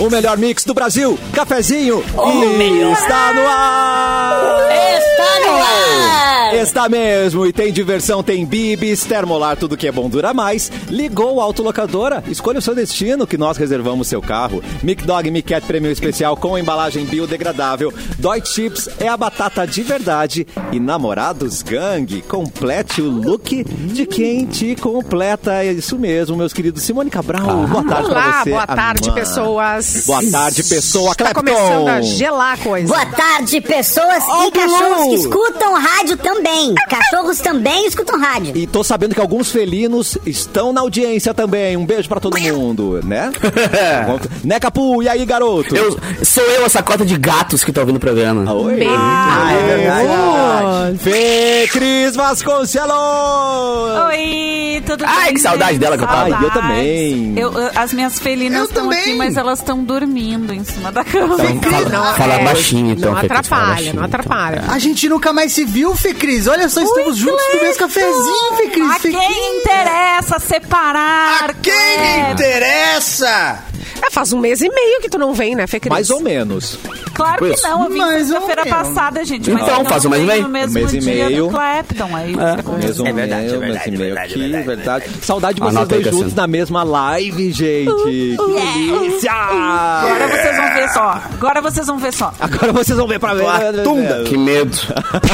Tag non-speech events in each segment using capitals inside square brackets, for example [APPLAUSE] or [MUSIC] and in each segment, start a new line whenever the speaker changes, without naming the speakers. o melhor mix do Brasil, cafezinho
Oh,
e
melhor.
está no ar!
Está É no ar!
Está mesmo, e tem diversão, tem bibis, termolar, tudo que é bom dura mais. Ligou a autolocadora, escolha o seu destino, que nós reservamos seu carro. Mic Dog Mic Cat Premium Especial com embalagem biodegradável. Dói Chips é a batata de verdade. E Namorados Gang, complete o look de quem te completa. É isso mesmo, meus queridos. Simone Cabral, boa tarde pra
Ah, Olá,
você.
boa tarde,
amã.
pessoas.
Boa tarde, pessoa.
Tá
Clapton.
começando a gelar a coisa.
Boa tarde, pessoas
Ó o
e cachorros
Bilu!
que escutam rádio também. Cachorros também escutam rádio.
E tô sabendo que alguns felinos estão na audiência também. Um beijo pra todo mundo,
[LAUGHS]
né? Vamos- né, Capu? E aí, garoto?
Eu, sou eu essa cota de gatos que tá ouvindo o programa.
Oi.
Beijo.
Ah, é verdade.
Oi.
Fê Cris Vasconcelos!
Oi, tudo bem?
Ai, que saudade dela que eu tava.
Ai, eu também.
Eu, eu- as minhas felinas estão aqui, mas elas estão dormindo em cima da cama.
fala,
Não,
fala
é,
baixinho então.
Não
Fê, Cris, fala
atrapalha,
baixinho. então.
não atrapalha.
A gente nunca mais se viu, Fê Cris. Olha só, estamos juntos no mesmo cafezinho, Fê Cris.
A
Fê Cris.
quem interessa separar? É,
A quem interessa?
É, faz um mês e meio que tu não vem, né, Fê Cris?
Mais ou menos.
Claro que não, eu vim
Mais ou
sexta-feira
menos.
passada, gente. mas
Então,
eu não
faz um mês e
vim
meio.
no mesmo
Um mês e
dia
meio.
do Clapton. Aí fica com
Mesmo
É verdade,
meu, mesmo meu
é verdade, é verdade,
aqui,
é
assim, verdade,
verdade,
Saudade de vocês
Anota aí,
dois juntos
Cassiano.
na mesma live, gente. Que delícia!
um.
Agora vocês vão ver só. Agora vocês vão ver só.
Ah.
Agora vocês vão ver pra ver.
Platunda. Que medo.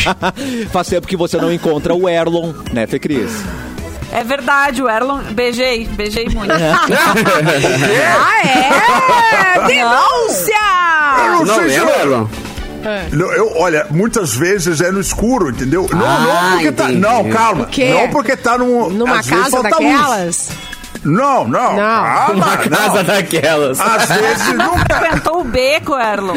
[LAUGHS] Faz tempo que você não encontra o Erlon, né, Fê Cris?
É verdade, o Erlon. Beijei, beijei muito.
É.
Ah, é? Denúncia!
não lembra, Elon?
Não, eu, olha, muitas vezes é no escuro, entendeu? Não,
Ah,
não porque tá.
entendi.
Não, calma.
O quê?
Não porque tá num,
Numa
às vezes
casa
falta luz.
daquelas?
Não, não. Calma,
Casa
não.
daquelas.
Ah.
Às vezes nunca.
Cantou o beco, Erlon.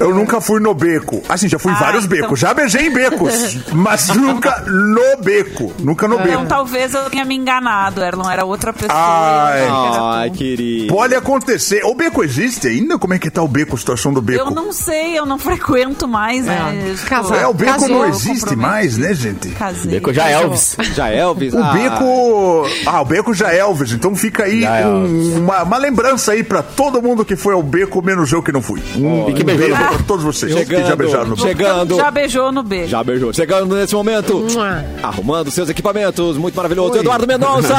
Eu nunca fui no beco. Assim, já fui em
Ah,
vários
então.
becos. Já beijei em becos. Mas nunca no beco. Nunca no beco.
Então talvez eu tenha me enganado, Erlon. Era outra pessoa.
Ai.
Ah,
Era
Ai,
tu.
querido.
Pode acontecer. O beco existe ainda? Como é que tá o beco, a situação do beco?
Eu não sei, eu não frequento mais, né? Tipo,
Casal.
É, o beco
Casou,
não existe
compromisso.
mais, né, gente?
Casei.
Beco já é Elvis.
Já Elvis?
O
ah,
Beco. Ah, o Beco já é Elvis, então fica aí
Já é
um-
Elvis.
uma, uma lembrança aí pra todo mundo que foi ao Beco, menos eu que não fui. Um,
E que
um
beijou.
beijo pra todos vocês
Chegando.
que já beijaram no Beco.
Chegando.
Já beijou no beijo.
Já beijou. Chegando nesse momento,
Mua.
arrumando seus equipamentos. Muito maravilhoso. Eduardo
[LAUGHS]
Mendonça!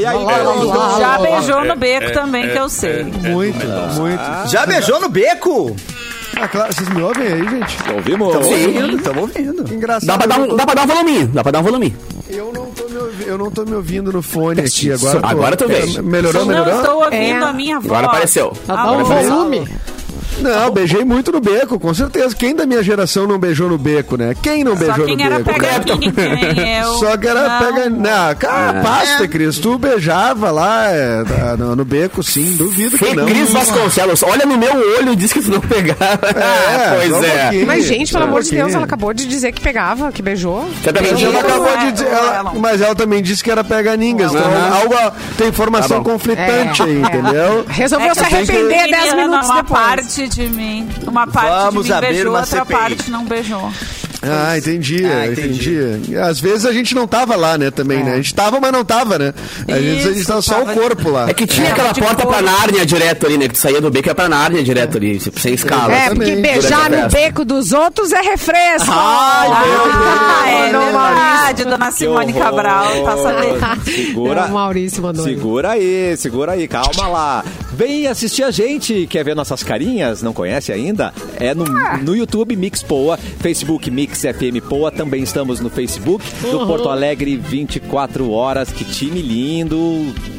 E aí, Mendonça?
Já beijou no beco também,
É,
que eu sei.
Muito, muito.
Já beijou no beco?
Ah, claro, vocês me ouvem aí, gente?
Ouvimos.
Ouvindo, tamo ouvindo.
Engraçado.
Dá pra, dar um, dá pra dar um voluminho, dá pra dar um voluminho.
Eu não tô me, ouvi- eu não tô me ouvindo no fone aqui
Isso.
agora.
Agora tu vem.
É, Melhorou,
não
melhorou?
estou ouvindo
É. Tá
a minha voz.
Agora apareceu.
Ah,
Agora
o
apareceu.
Tá
Não, beijei muito no beco, com certeza. Quem da minha geração não beijou no beco, né? Quem não
Só
beijou
quem
no
era
beco? né? Então,
pega ninguém, eu.
[LAUGHS] Só que era
Não. É,
pega. Não,
É.
cara, pasta, Cris. Tu beijava lá é, na- no, no beco, sim. Duvido que
Fê
não.
Cris Vasconcelos, olha no meu olho e diz que tu não pegava.
É,
[LAUGHS] pois
só um
é.
pouquinho,
Mas, gente, pelo
só um
amor de Deus,
pouquinho.
ela acabou de dizer que pegava, que beijou.
Você tá
Mas
mentindo?
ela
Não,
acabou
não é,
de dizer,
não
ela-
é, não.
mas ela também disse que era peganingas. Então,
Aham.
algo, tem informação
Tá bom.
conflitante aí, entendeu?
Resolveu
É
Então se
que eu
tenho
arrepender
fiquei
10
menina,
minutos
uma
depois.
parte de mim. Uma parte
Vamos
de mim
abrir
beijou,
uma
outra
CPI.
parte não beijou.
[LAUGHS] Ah, entendi,
Ah,
entendi. Às vezes a gente não tava lá, né, também, né? A gente tava, mas não tava, né? Às vezes a gente
Isso,
tava só o
tava-
corpo lá.
É que tinha aquela
de
porta pra
couro.
Nárnia direto ali, né? Que tu saía do beco e ia pra Nárnia direto ali. Você você escala.
É,
assim,
porque
Também.
beijar
durante a
no
festa.
beco dos outros é refresco.
Ai,
Ah, é
não,
verdade, dona Simone
horror.
Cabral. Tá sabendo.
Segura.
Não, É Maurício mandou.
Segura aí, segura aí, calma lá. Vem assistir a gente, quer ver nossas carinhas? Não conhece ainda? É no,
Ah.
no YouTube Mix Poa, Facebook Mix FM Poa, também estamos no Facebook do
Uhum.
Porto Alegre 24 horas. Que time lindo!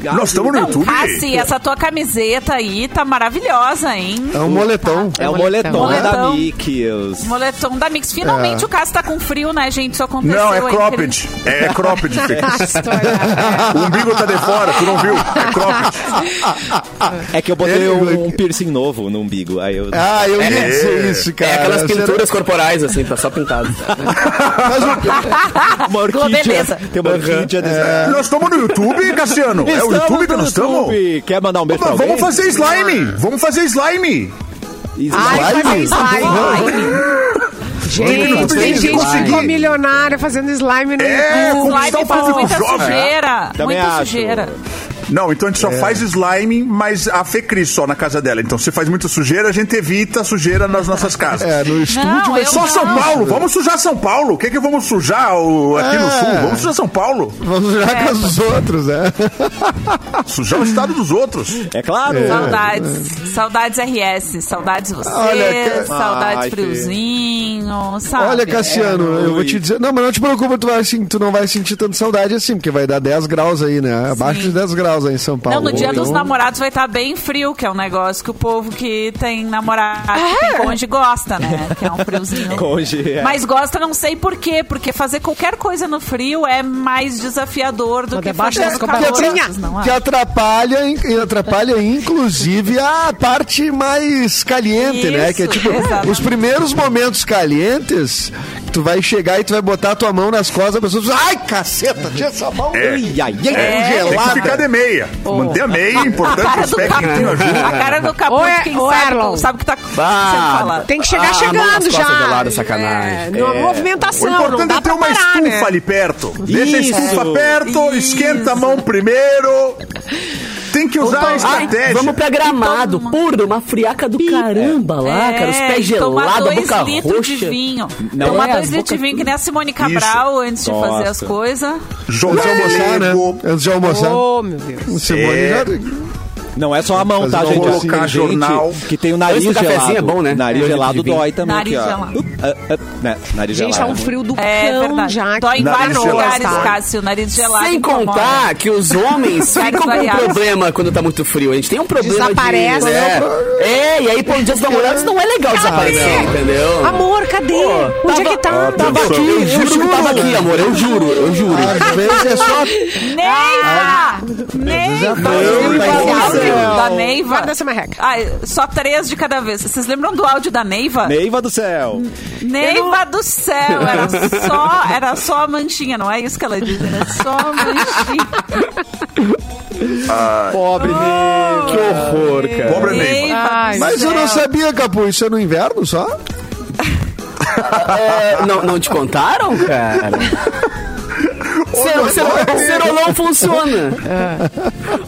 Nós estamos no
Não,
YouTube.
Cassi, Ah, essa tua camiseta aí tá maravilhosa, hein?
É um moletom.
É o moletom,
Moletom.
da Mix.
Moletom da Mix. Finalmente o Cassi tá com frio, né, gente? Isso aconteceu.
Não, é
aí,
cropped. É, cropped, Fê Cris. [LAUGHS]
História.
O umbigo tá de fora, tu não viu? É cropped.
É que eu botei
Ele-
um, um piercing novo no umbigo. Aí eu...
Ah,
É.
eu ia dizer isso, cara.
É aquelas
Será-
pinturas corporais, assim, tá só [LAUGHS] pintado.
Mas o-
uma
Globeleza.
Tem uma orquídea desse-
Nós estamos no YouTube, Cassiano. É o YouTube que
no
nós estamos?
YouTube. Quer mandar um beijo pra
Mas
alguém?
vamos fazer slime! Vamos fazer slime!
Ai, fazer slime.
Não
Gente,
tem
tem
jeito de
gente que
conseguir.
ficou milionária fazendo slime no
É,
YouTube.
como
Slime
estão
faz
fazendo
muita
jovem?
sujeira.
É, Também
muita
acho.
sujeira.
Não, então a gente só faz slime, mas a Fecris só na casa dela. Então se faz muita sujeira, a gente evita a sujeira nas nossas casas.
É, no estúdio.
Não,
vai
eu
ser
Só
não.
São Paulo, vamos sujar São Paulo. O que que vamos sujar o- aqui no
É.
sul? Vamos sujar São Paulo. Ah,
Vamos jogar
É, Tá
com os outros, né?
Sujar o estado dos outros.
É claro.
Saudades. Saudades RS. Saudades você.
Olha, ca-
Saudades
Ai, que-
friozinho. Sabe?
Olha, Cassiano,
É,
eu vou te
Luiz.
dizer. Não, mas não te preocupa, tu, vai, assim, tu não vai sentir tanta saudade assim, porque vai dar 10 graus aí, né? Abaixo de 10 graus aí em São Paulo.
Não, no dia
Então-
dos namorados vai estar bem frio, que é um negócio que o povo que tem namorado, que tem cônjuge gosta, né? Que é um
[LAUGHS]
friozinho.
Cônjuge, é.
Mas gosta não sei por quê, porque fazer qualquer coisa no frio é mais desafiador do
Mas
que
debaixo
fazer
das
no calor.
cobertinhas.
vocês não
Que
acham?
atrapalha, in- e atrapalha inclusive a parte mais caliente, né? Que é
Isso,
tipo,
exatamente.
os primeiros momentos calientes, tu vai chegar e tu vai botar a tua mão nas costas, a pessoa diz, ai, caceta, tinha essa mão
É.
Ai, ai, ai,
Tem que
gelada.
ficar de meia. Manter a meia é
A
importante,
cara do
aspecto que
capuz,
né?
ajuda.
a cara do capuz,
Ô, é-
quem
ô,
sabe,
Erlon.
sabe o que tá sendo
Ah,
falado.
Tem que chegar
Ah, a mão nas
chegando
costas
já.
gelada, sacanagem.
É, numa
É.
O
movimentação, não
importante
dá
é ter
pra
uma
parar,
estufa
né?
ali perto. Deixa a
Isso.
estufa perto, esquenta a mão primeiro. Tem que usar a estratégia.
vamos pra gramado. Porra, uma friaca do caramba lá, cara. Os
É,
pés
e tomar
gelados, a
dois
boca
litros
roxa.
de vinho.
Não,
tomar
é,
dois
as
litros de
boca-
vinho, que nem a Simone Cabral, antes de fazer as
Nossa.
coisas.
Jogar
Antes de almoçar, né?
Lego,
Antes de almoçar.
Oh, meu Deus.
Simone
É.
já-
Não é só a mão, tá,
Fazer
gente?
um
Assim,
colocar
tem gente
jornal.
que tem o nariz
Esse cafezinho
gelado.
é bom, né?
Nariz
É,
gelado
de vinho.
dói também.
Nariz
aqui, ó. Uh, uh,
gelado.
uh, né? Nariz gelado.
Gente, é um frio do
É
cão
verdade.
já.
Dói em
Nariz
vários
gelado.
lugares,
Dói.
Cássio. Nariz gelado.
Sem
incomoda.
contar que os
[LAUGHS]
homens
Sexo
ficam com um
variado.
problema quando tá muito frio. A gente tem um problema
Desaparece.
de...
né?
É. é, e aí, por dia dos namorados, não é legal desaparecer, entendeu?
Amor, cadê?
Pô,
Onde é
tava- Ah,
que tá?
Tava aqui, eu juro que tava aqui, amor. Eu juro, eu juro.
Às vezes é só.
Neiva! Neiva!
Neiva,
Esse
meu
áudio
céu.
Da
[LAUGHS]
Neiva.
Guarda essa marreca.
Ai, só três de cada vez. Vocês lembram do áudio da Neiva?
Neiva do céu.
Neiva do céu! Era só, era só a manchinha, não é isso que ela diz, era só a manchinha.
Pobre Neiva.
Que horror, cara.
Pobre Neiva.
Neiva do
Mas eu não
céu.
sabia, Capu, isso é no inverno só?
É, não, não te contaram, [LAUGHS] cara? Ser, ser, serolão funciona.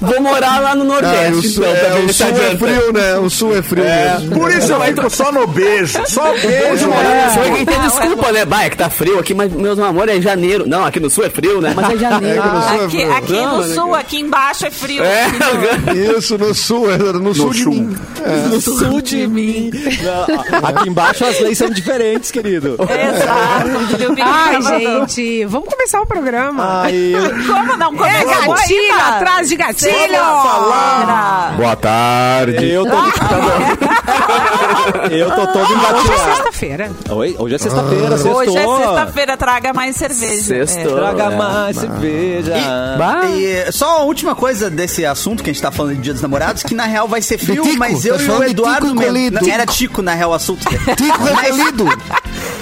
Vou morar lá no
É. Ah, o
Nordeste.
sul,
então,
é,
também
o
não
sul é
adianta.
frio, né? O sul é frio mesmo.
Por isso eu fico só no beijo. Só beijo.
É, só quem tem
Não,
desculpa, né? Bah, é que tá frio aqui, mas meus amores é janeiro. Não, aqui no sul é frio, né? Mas é janeiro.
É que no sul é
Aqui,
frio.
aqui no sul, aqui embaixo é frio. Aqui no-
Isso, no sul, é no sul de
sul.
mim.
É.
No sul de mim. Não, Aqui embaixo as leis são diferentes, querido.
Exato.
Ai, gente, vamos começar o programa. [LAUGHS]
Aí,
Como não? Como
é gatilho, atrás de gatilho.
Boa tarde.
eu tô. tá [LAUGHS] Eu tô todo
Hoje é
engatilhado.
sexta-feira.
Oi, hoje é sexta-feira, sextou.
Hoje é sexta-feira, traga mais cerveja.
Sextou.
Traga
É.
mais cerveja.
Ah. E eh, só a última coisa desse assunto que a gente tá falando de Dia dos Namorados, que na real vai ser frio,
tico,
mas
tá
eu e
falando
o
de
Eduardo
tico
mesmo.
colhido.
Não, Era Tico, na real, o assunto.
[LAUGHS] Tico recolhido.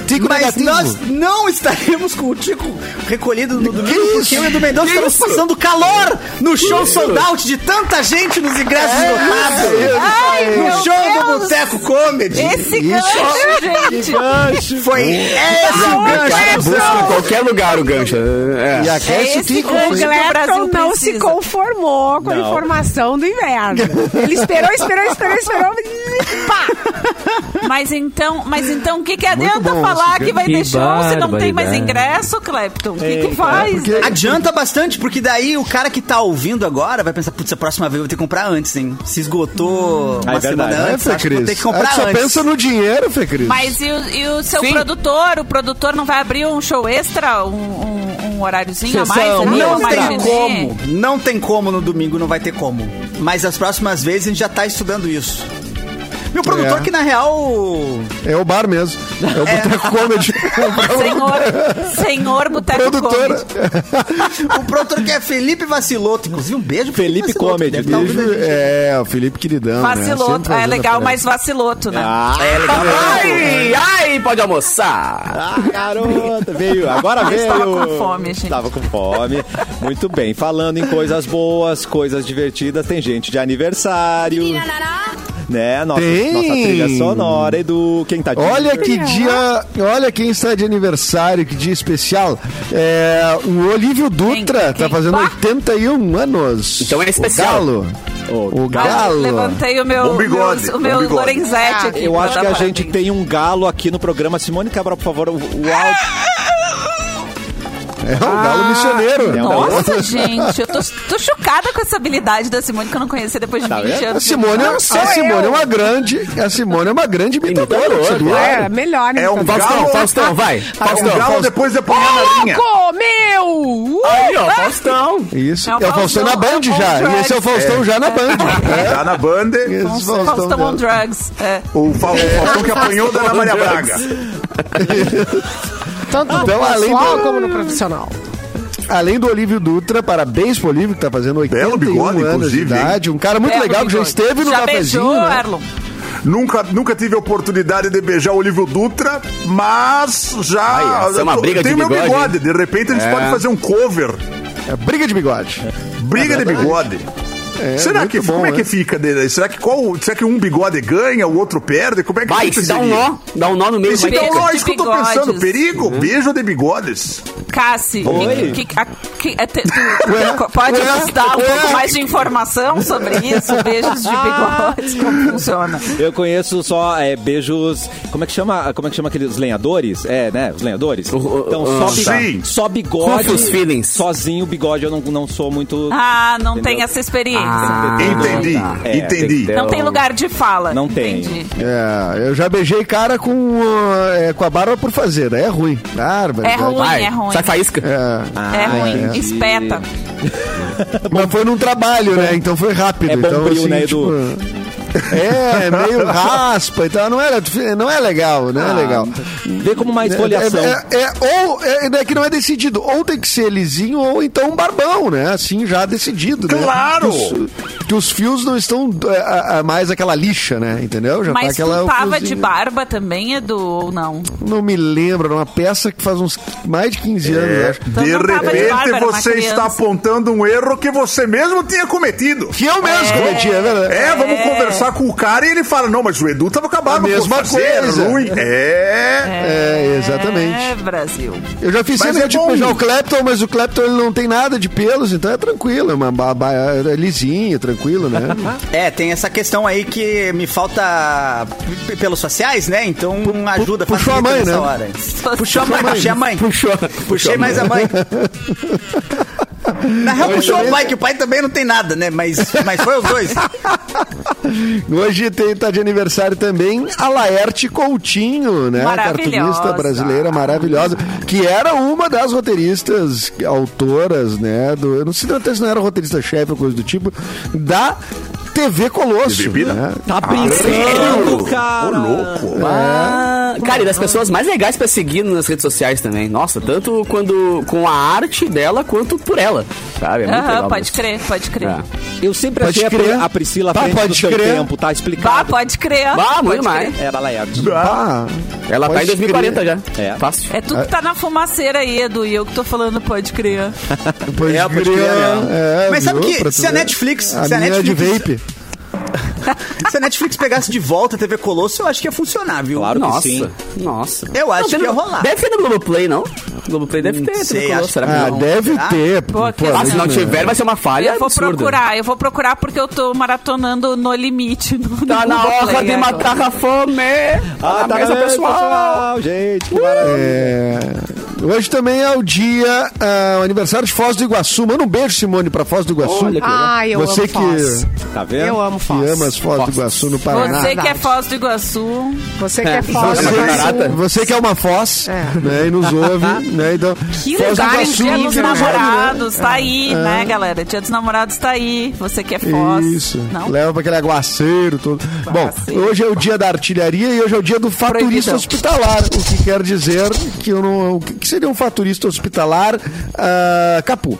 Tico
mas
negativo.
nós não estaremos com o Tico recolhido no domingo, porque eu e o Edu Mendonça estamos
isso?
passando calor no show sold out de tanta gente nos ingressos
É
esgotados.
Ai,
No
meu
show do
É. Deus.
Boteco Comedy.
Esse gancho, gente.
Foi esse o
Cara,
gancho.
busca em qualquer lugar o gancho. É.
E aquece
É
o
esse
tico.
gancho.
O
Hoje o
Clepton
Brasil
não
precisa.
se conformou com a
Não.
informação do inverno. Ele esperou, esperou, esperou, esperou. e Pá!
Mas então, mas então, o que, que adianta
bom
falar
esse
que vai
Que
ter show se não tem mais
barbaridade.
ingresso, Clepton? O que, que
Ei,
faz?
Adianta bastante, porque daí o cara que tá ouvindo agora vai pensar, putz, a próxima vez eu vou ter que comprar antes, hein? Se
Hum.
esgotou uma
Ah, é
semana
verdade.
antes,
Fê
acho que vou
Cris?
ter que comprar
Ah, tu só
antes.
pensa no dinheiro, Fê Cris.
Mas e o, e o seu
Sim.
produtor? O produtor não vai abrir um show extra? Um, um, um horáriozinho a mais?
Sessão,
ali,
não
uma
Não
né?
Mas,
tem
matinê?
como, não tem como no domingo, não vai ter como. Mas as próximas vezes a gente já tá estudando isso. Meu produtor
É.
que na real...
É o bar mesmo. É o Boteco
[LAUGHS]
Comedy.
Senhor, senhor Boteco
Produtora.
Comedy.
O produtor que é Felipe Vaciloto, inclusive um beijo. pro
Felipe
Vaciloto,
Comedy,
deve tá ouvindo a gente.
É, o Felipe Queridão. né?
Vaciloto.
Sempre
É
fazendo
legal,
a
mas vaciloto,
Ah,
né?
É, legal.
[LAUGHS] Ai, ai, pode almoçar.
Ah, garota, veio, agora
Eu
veio.
estava com fome, gente.
Estava com fome. Muito bem, falando em coisas boas, coisas divertidas, tem gente de aniversário. né? Nossa,
Tem.
nossa trilha sonora e do quem tá de
Olha que dia, olha quem está de aniversário, que dia especial. É, o Olívio Dutra
Quem?
tá fazendo
Bah!
81 anos.
Então é especial.
O Galo.
Ô,
O
Ah,
Galo.
Levantei o meu,
Bom bigode,
meus- o
bom
meu
bigode.
Lorenzetti aqui.
Eu
pra
acho
dar
que a
Tá parabéns.
gente tem um galo aqui no programa. Simone Cabral, por favor, o, o áudio.
É o Galo
Ah!
missioneiro.
É um galo.
Nossa, gente, eu tô, tô chocada com essa habilidade da Simone que eu não conhecia depois de 20
vendo?
A
anos.
Simone, é- a Simone é uma grande, a Simone é uma grande imitadora.
Imitadora,
sabia?
É, melhor, né?
É um
então.
Faustão,
Galo-
Faustão, vai.
É um
Faustão.
galo
Faustão.
depois da punhada na linha.
Louco, meu! Uh!
Aí, ó, Faustão.
Isso.
É o
É o Faustão
Faustão,
na Band
é o
já.
Faustão.
E esse é o Faustão já na Band.
Tá na banda.
Esse é
Faustão, on
dela.
drugs. É.
O Fal- o Falcão que apanhou da Ana Maria Braga.
Tanto no
Então, além
pessoal
do-
como no profissional.
Além do Olívio Dutra, parabéns pro Olívio, que tá fazendo
Belo
81
bigode,
anos de
inclusive, hein?
idade. Um cara muito
É,
legal, que já
bigode.
esteve no
Já
cafezinho.
beijou,
né?
Erlon.
Nunca, nunca tive a oportunidade de beijar o Olívio Dutra, mas já.
Ai, essa é uma
eu tô-
briga
tem
de
meu
bigode, É.
bigode. De repente a gente pode fazer um cover.
É briga de bigode.
Briga
É
de bigode. Será
muito
que
bom,
como é
né?
que fica dele? Será que qual, será que um bigode ganha, o outro perde? Como é que
Vai,
fica
se
esse
dá um
dia?
nó. Dá um nó Uhum. no meio.
Esse
Vai,
é o
Beijo
nó,
de
isso que eu tô
bigodes.
pensando. Perigo, beijo de bigodes.
Cassi,
Oi.
que- que- a- que- é te- tu- tu- pode
Ué.
nos dar um
Ué.
pouco mais de informação sobre isso? Beijos de bigodes, como funciona?
Eu conheço só é, beijos. Como é que chama? Como é que chama aqueles lenhadores? É, né? Os lenhadores.
o-
Então,
o-
só,
o-
bi-
Sim.
só bigode.
Rufus Feelings.
Sozinho, bigode, eu não, não sou muito.
Ah, não
Entendeu?
tem essa experiência.
Ah,
Entendi,
É, tem que
entendi.
ter
não tem
um-
lugar de fala.
Não tem.
Entendi.
É, eu já beijei cara com, uh, é, com a barba por fazer. É ruim. Barba,
É ruim,
Vai,
é ruim.
sai faísca.
É,
É ruim,
Ah, entendi.
espeta.
mas foi num trabalho, né? Então foi rápido.
É bom
então,
brilho, né, Edu?
tipo, É, meio raspa e tal. Não, era, não é legal,
Ah.
não é legal.
Vê como uma esfoliação.
É, é- é- ou é, é que não é decidido. Ou tem que ser lisinho ou então um barbão, né? Assim já decidido. né?
Claro!
Que os, que os fios não estão é, a- a- mais aquela lixa, né? Entendeu? Já
Mas
tá aquela.
tu tava de
fiozinho.
barba também, Edu, ou não?
Não me lembro, era uma peça que faz uns mais de 15 anos, eu acho.
Então
É, de
não tava de
repente
Bárbara,
você
uma
está
criança.
apontando um erro que você mesmo tinha cometido.
Que eu mesmo cometi, é verdade.
É, vamos conversar com o cara e ele fala: Não, mas o Edu tava acabado,
A mesma coisa.
É ruim. É.
É,
É,
exatamente.
Brasil.
Eu já fiz
Mas
sempre
é
que eu tive que
bom.
beijar o Clapton, mas o Clapton ele não tem nada de pelos, então é tranquilo, é, uma, ba- ba- é lisinho, tranquilo, né?
É, tem essa questão aí que me falta p- pelos faciais, né? Então ajuda.
puxou
facilita
a mãe,
nessa
né?
Hora.
Puxou
a mãe, puxei a mãe.
Puxou.
Puxei mais a mãe. Na real, puxou o pai, que o pai também não tem nada, né? Mas, mas foi os dois.
Hoje tem, tá de aniversário também a Laerte Coutinho, né?
Maravilhosa.
Cartunista brasileira maravilhosa, que era uma das roteiristas, autoras, né? Do, eu não sei até se não era roteirista-chefe ou coisa do tipo, da TV Colosso.
Bebida?
Né?
Tá brincando, cara.
Ah, Cara, e das pessoas mais legais pra seguir nas redes sociais também. Nossa, tanto quando com a arte dela quanto por ela. Sabe? É muito
Aham,
legal.
pode
mesmo.
crer, pode crer.
É.
Eu sempre
Pode
achei a Pri-
crer.
a Priscila à
Tá,
frente do
pode
seu
crer.
tempo, tá
Bah,
explicado.
pode crer.
Bah, muito
pode
mais.
crer.
Era Laerte.
Ah,
Ela tá
Pode
em 2040 já.
É.
Fácil.
É tu que tá na fumaceira aí, Edu, e eu que tô falando pode crer.
pode
É, pode crer,
é.
Mas sabe
viu?
que
Pra tu
se a
ver.
Netflix-
A
se a
minha é de
Netflix-
vape.
Se a Netflix pegasse de volta a TV Colosso, eu acho que ia funcionar, viu?
Claro que
Nossa,
sim.
nossa.
Eu acho
deve-
que ia rolar.
Deve ter no Globoplay, não? Globoplay
Hum,
deve ter.
sei,
tricolor,
acho que
será que
Ah,
não?
deve
Será?
ter.
Boa
pô, né?
questão.
Ah, se não tiver, vai ser uma falha
eu vou
absurda.
procurar, eu vou procurar porque eu tô maratonando no limite. No,
Tá
no né?
na
Globoplay
hora de
agora.
matar a fome.
Ah, tá
mesa,
vendo,
pessoal.
gente. Que maravilha.
É, Hoje também é o dia, ah, o aniversário de Foz do Iguaçu. Manda um beijo, Simone, pra Foz do Iguaçu.
Olha que
Ah.
Ai, eu
Você
amo
que-
Foz.
Tá vendo?
Eu amo
que
Foz.
ama as Foz do Iguaçu no
Tá
Paraná.
Você
Verdade.
que é Foz do Iguaçu.
Você que é
É,
Foz. do
você-
Iguaçu.
um-
camarada.
você que é uma Foz, né, e nos ouve,
[LAUGHS]
né, então...
Que
Foz do
lugar
Iguaçu,
Dia dos
né?
Namorados, tá
É.
aí, né, galera? Dia dos Namorados tá aí. Você que é Foz.
Isso,
Não?
leva pra aquele aguaceiro todo. Bom, hoje é o dia da artilharia e hoje é o dia do faturista
Proibido.
hospitalar, o que quer dizer que, eu não, que que seria um faturista hospitalar ah, capu?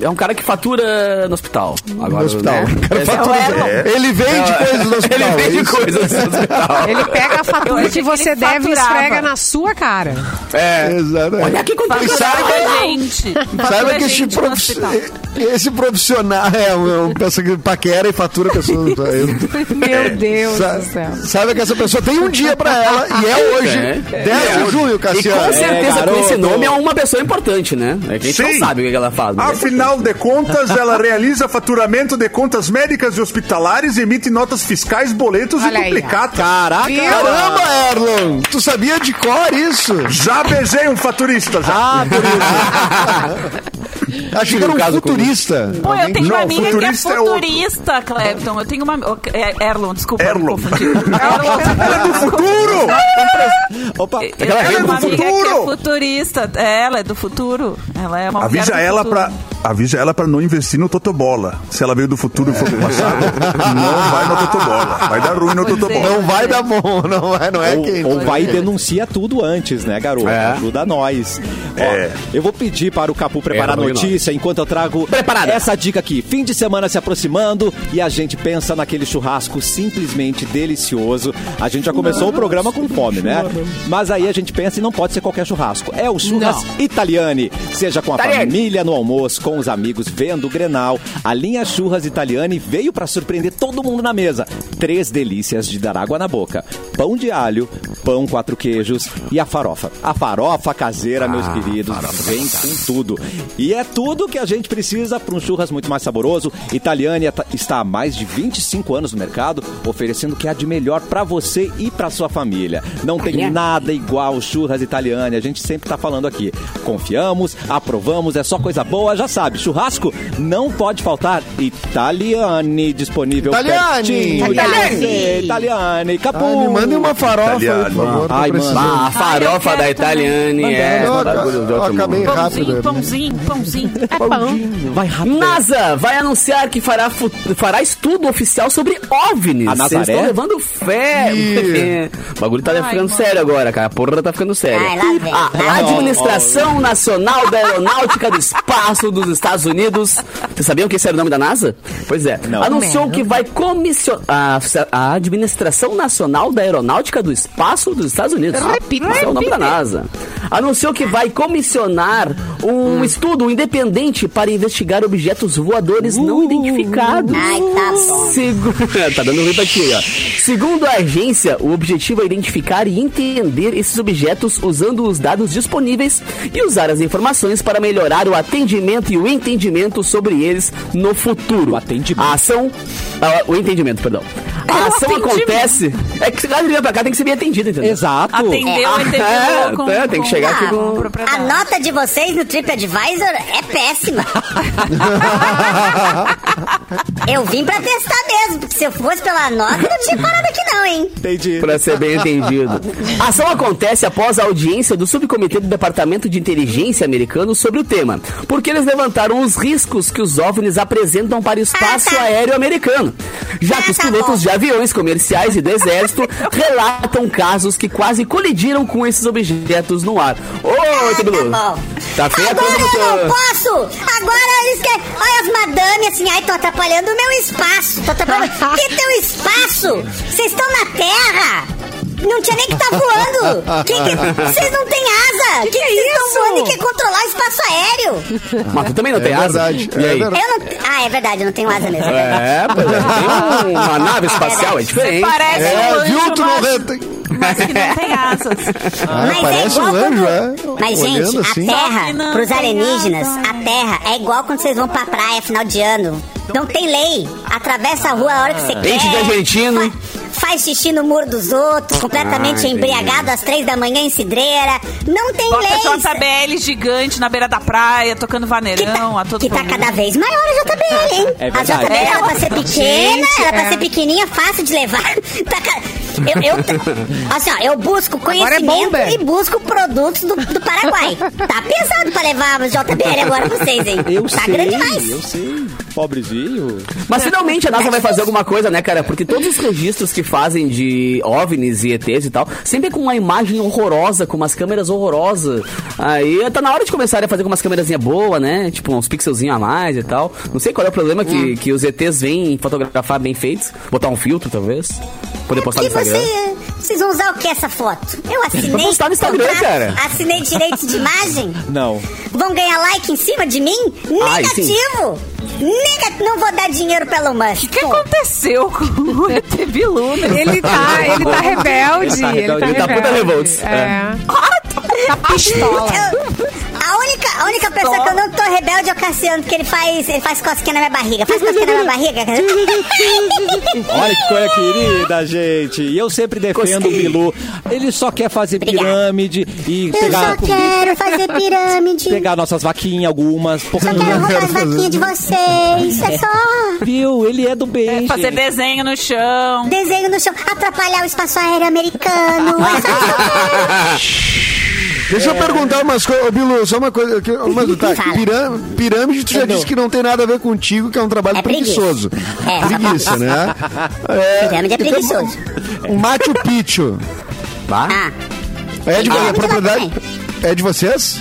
É um cara que fatura no hospital. Agora,
no hospital.
né?
O cara
Esse-
fatura-
é.
Ele vende coisas no hospital.
Ele
é
vende
isso?
coisas no hospital.
assim, Ele pega a fatura
achei
que
que
você
ele
deve e
faturava.
esfrega na sua cara.
É, exatamente.
Olha que
Fatura
contribuição.
é
a é gente. Fatura
Saiba
a
que esse,
gente no
prof-
[LAUGHS]
hospital.
[LAUGHS] esse profissional é eu penso que paquera e fatura pessoas.
[LAUGHS]
Eu-
[LAUGHS] Meu Deus
É. Sa-
do céu.
Saiba que essa pessoa tem um dia pra ela e [LAUGHS] é hoje,
É.
10 de junho,
E com
Cassiano.
certeza, com esse
garoto.
nome, é uma pessoa importante, né? É que a gente não
Sim.
sabe o que que ela faz. mas-
Afinal de contas, ela realiza faturamento de contas médicas e hospitalares, emite notas fiscais, boletos
Olha
e
aí, ó.
duplicatas.
Caraca!
Viu?
Caramba, Erlon! Tu sabia de cor isso?
Já beijei um faturista, já.
Ah, por isso.
Acho que
Tive
era
um
um
caso comum.
futurista.
Pô, eu tenho uma
Não,
amiga que é
futurista é outro.
futurista, Clepton. Eu tenho uma. o- é- Erlon, desculpa. eu me
Erlon.
confundi.
[LAUGHS]
Erlon.
Ela é do futuro!
Opa,
Eu tenho
é do
uma amiga que
futuro.
é futurista. É, ela é do futuro. Ela é uma mulher
Avisa
do
ela
futuro.
pra. Avisa ela pra não investir no Totobola. Se ela veio do futuro e for do passado, não vai no Totobola. Vai dar ruim no
Pois é.
Totobola.
Não vai dar bom, não vai, não é quem.
ou, ou vai e denuncia tudo antes, né, garoto?
É.
Ajuda nós. Ó,
É.
Eu vou pedir para o Capu preparar a
não,
notícia enquanto eu trago
Preparada.
essa dica aqui. Fim de semana se aproximando e a gente pensa naquele churrasco simplesmente delicioso. A gente já começou o programa com fome, né? Mas aí a gente pensa e não pode ser qualquer churrasco. É o churras italiane. Seja com a
Italiani.
família no almoço, com os amigos vendo o Grenal. A linha Churras Italiani veio para surpreender todo mundo na mesa. Três delícias de dar água na boca. Pão de alho, pão quatro queijos e a farofa. A farofa caseira, meus queridos, vem com tudo. E é tudo que a gente precisa para um churras muito mais saboroso. Italiani at- está há mais de 25 anos no mercado, oferecendo o que há de melhor para você e para sua família. Não tem nada igual churras italiane, a gente sempre tá falando aqui. Confiamos, aprovamos, é só coisa boa, já sabe. Churrasco não pode faltar. Italiane disponível
Italiani!
pertinho.
Italiani!
de você. Italiani,
Ah,
capu.
me mandem uma farofa, aí, por
Italiano.
favor. tô
Ai,
precisando.
mano.
Ah, a farofa
Ai, eu
da
quero
Italiane é
Eu
um
ac-
bagulho de
eu
outro
acabei
mundo.
rápido. né?
Pãozinho, pãozinho, pãozinho. É pão.
Vai rápido.
NASA vai anunciar que fará, fu- fará estudo oficial sobre OVNIs.
A Nazaré?
Vocês estão levando fé.
Ih.
[LAUGHS] o bagulho tá ficando sério agora, cara. A porra tá ficando séria. Ah,
Ai, lá vem, lá vem.
a Administração Nacional da Aeronáutica do Espaço dos Estados Unidos. Vocês sabiam que esse era o nome da NASA? Pois é. Anunciou que vai comissionar a, a Administração Nacional da Aeronáutica do Espaço dos Estados Unidos.
Repita.
Esse é o nome da NASA. Anunciou que vai comissionar
Hum.
um estudo independente para investigar objetos voadores
Uh.
não identificados.
Ai, tá
Uhum.
bom.
Segu- tá dando ruim pra ti, ó. Segundo a agência, o objetivo é identificar e entender esses objetos usando os dados disponíveis e usar as informações para melhorar o atendimento e o entendimento sobre eles no futuro.
O atendimento.
A ação. ah, o entendimento, perdão. A ação acontece. É que se cada liga pra cá tem que ser bem atendido, entendeu?
Exato.
Atendeu,
É.
entendeu?
É,
com-
é, tem que
com-
chegar aqui com-
com propriedade.
A nota de vocês no TripAdvisor é péssima. Eu vim pra testar mesmo, porque se eu fosse pela nota, eu não tinha parado aqui não, hein?
Entendi.
Pra ser bem entendido. A [LAUGHS] ação acontece após a audiência do subcomitê do Departamento de Inteligência americano sobre o tema, porque eles levantaram os riscos que os OVNIs apresentam
Ah,
para o
tá
espaço aéreo americano, já que os pilotos de aviões comerciais e do
[LAUGHS]
exército relatam casos que quase colidiram com esses objetos no ar. Ô, Tebilu!
tá bom.
Tá feia a
Agora
coisa no
eu não
teu...
posso! Agora eles querem. Olha as madame assim, ai, tô atrapalhando o meu espaço. Tô atrapalhando. que teu espaço? Vocês estão na terra! Não tinha nem que tá voando! Que que- Vocês não têm asa! Que, que, vocês estão voando e quer controlar o espaço aéreo?
Mas tu também não tem asa?
verdade,
E
é
aí?
verdade.
Eu não. Ah, é verdade, eu não tenho asa mesmo.
É, pois é, tem uma nave espacial, é diferente.
Parece
É,
um anjo,
viu? Tu não
mas,
re-
mas que não tem asas.
Ah,
Mas é
parece
igual
um anjo,
quando-
é.
Mas,
Olhando
gente,
assim.
a
Só que
terra,
não
pros
tem
alienígenas,
nada.
a terra é igual quando vocês vão pra praia final de ano. Não tem lei. Atravessa a rua a hora que você quer.
Enche de argentino.
Fa- Faz xixi no muro dos outros, completamente
Ai,
embriagado às três da manhã em cidreira. Não tem
Bota
lei.
JBL gigante na beira da praia, tocando vaneirão a todo
Que tá
mundo.
cada vez maior a
[LAUGHS]
JBL, hein?
É
a
verdade.
JBL era pra ser
Gente,
pequena, era
é.
pra ser pequenininha, fácil de levar. [LAUGHS] Tá ca- Eu, eu- assim, ó, eu busco
é bom,
conhecimento
velho.
e busco produtos do, do Paraguai. Tá pesado pra levar o JBL agora pra vocês, hein?
Eu
tá
sei,
grande demais.
eu sei. Pobrezinho.
É.
Mas finalmente a NASA vai fazer alguma coisa, né, cara? Porque todos os registros que fazem de OVNIs e ETs e tal, sempre é com uma imagem horrorosa, com umas câmeras horrorosas. Aí tá na hora de começar a fazer com umas câmerazinhas boas, né? Tipo, uns pixelzinhos a mais e tal. Não sei qual é o problema
Hum.
que, que os ETs vêm fotografar bem feitos. Botar um filtro, talvez. Poder postar
E
no Instagram.
você, vocês vão usar o que essa foto? Eu
Pra
assinei.
postar no Instagram,
contrato,
cara.
Assinei direitos de imagem.
Não.
Vão ganhar like em cima de mim?
Ai, sim.
Negativo! Nega... Não vou dar dinheiro pra Elon Musk.
O que aconteceu com o ET Bilu, né?
Ele tá, ele tá rebelde. Ele tá,
Ele tá puta
rebelde.
revoltos.
É. Tá pistola.
Eu- a única, a única pessoa que eu não tô rebelde é o Cassiano, porque ele faz, ele faz cosquinha na minha barriga. Faz cosquinha na minha barriga.
Olha que coisa querida, gente. E eu sempre defendo o Bilu. Ele só quer fazer pirâmide e
Eu
pegar,
só quero fazer pirâmide.
pegar nossas vaquinhas, algumas,
Só quero
pouquinhas.
roubar as vaquinhas de vocês. É só
Viu? Ele é do bem.
Fazer
gente.
desenho no chão.
desenho no chão. Atrapalhar o espaço aéreo americano. É só isso que eu quero.
Deixa eu perguntar umas coisas. Ô, Bilu, só uma coisa. Que, ô, mas, tá,
É. Fala.
piram- pirâmide, tu já disse que não tem nada a ver contigo, que é um trabalho
É preguiça.
preguiçoso.
É.
Preguiça, né?
[LAUGHS] Pirâmide é preguiçoso.
Então, Machu Picchu.
Ah,
É de,
Ah.
é propriedade. É de vocês?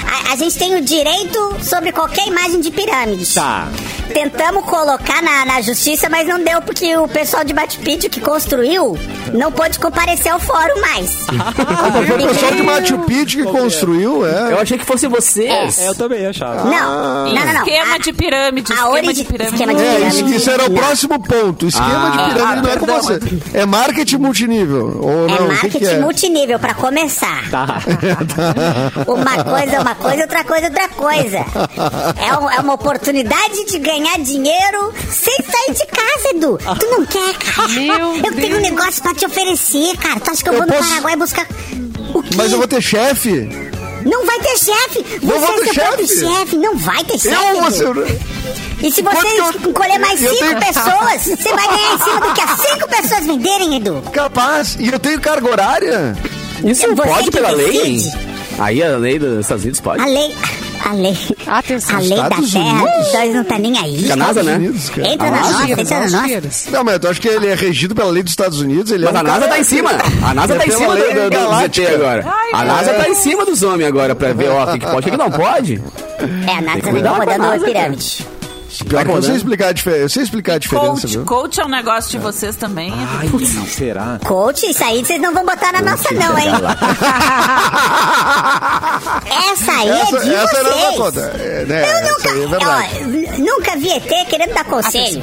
a, a gente tem o direito sobre qualquer imagem de pirâmide.
Tá.
Tentamos colocar na, na justiça, mas não deu, porque o pessoal de Machu Picchu que construiu não pôde comparecer ao fórum mais.
Uhum.
Mas foi o pessoal de Machu Picchu que construiu, é.
Eu achei que fosse vocês.
É, eu também achava.
Não, não, não, não.
Ah. Esquema
A-
de pirâmide.
a
Esquema
origem-
de pirâmide.
esquema de
É, isso,
pirâmide.
isso era o próximo ponto. Esquema
Ah.
de pirâmide não é com você. É marketing multinível. Ou
É
não, o que
marketing
que é?
multinível, pra começar.
Tá.
[LAUGHS] Uma coisa é uma coisa, outra coisa é outra coisa. É, um- é uma oportunidade de ganhar dinheiro sem sair de casa, Edu. Tu não quer, cara?
Meu
eu tenho um
Deus.
negócio pra te oferecer, cara. Tu acha que eu,
Eu
vou no
posso-
Paraguai buscar... O quê?
Mas eu vou ter chefe.
Não vai ter chefe!
Não
Você
vou
é
ter
seu próprio
chefe.
chefe! Não vai ter chefe!
Eu vou
Edu.
ser.
E se
Quanto
você
que eu-
escolher mais
eu
cinco
tenho-
pessoas, você vai ganhar em cima do que as cinco pessoas venderem, Edu.
Capaz. E eu tenho carga horária?
Isso
É você
pode
que
pela lei?
decide.
Aí a lei dos Estados Unidos pode.
A lei. A lei.
Atenção,
a lei da
Estados
terra,
Unidos?
os dois não tá nem aí.
Fica nada, né?
Unidos, cara.
Entra na nossa, entra na nossa. É,
Não, mas eu acho que ele é regido pela lei dos Estados Unidos. Ele
Mas
é um
a NASA
cara-
tá em cima. A NASA
É
tá em
pela
cima
lei
do, do, do
galáctica.
ZT agora.
Ai,
a
meu
NASA tá em cima dos homens agora pra ver, ó, o que, que pode, o que, que não pode.
É, a NASA
Cuidado
tá
com a
rodando uma
NASA,
pirâmide.
Pior que Eu
né?
sei explicar a diferença. Eu sei explicar a diferença,
Coach,
viu?
tipo?
coach é um negócio de vocês também.
Ai, não, será?
Coach, isso aí vocês não vão botar na nossa, não, hein? essa aí
Essa,
é de
essa era a
vocês.
minha conta. É,
Eu
né, essa aí é
nunca,
verdade.
ó, n- nunca vi ET querendo dar conselho.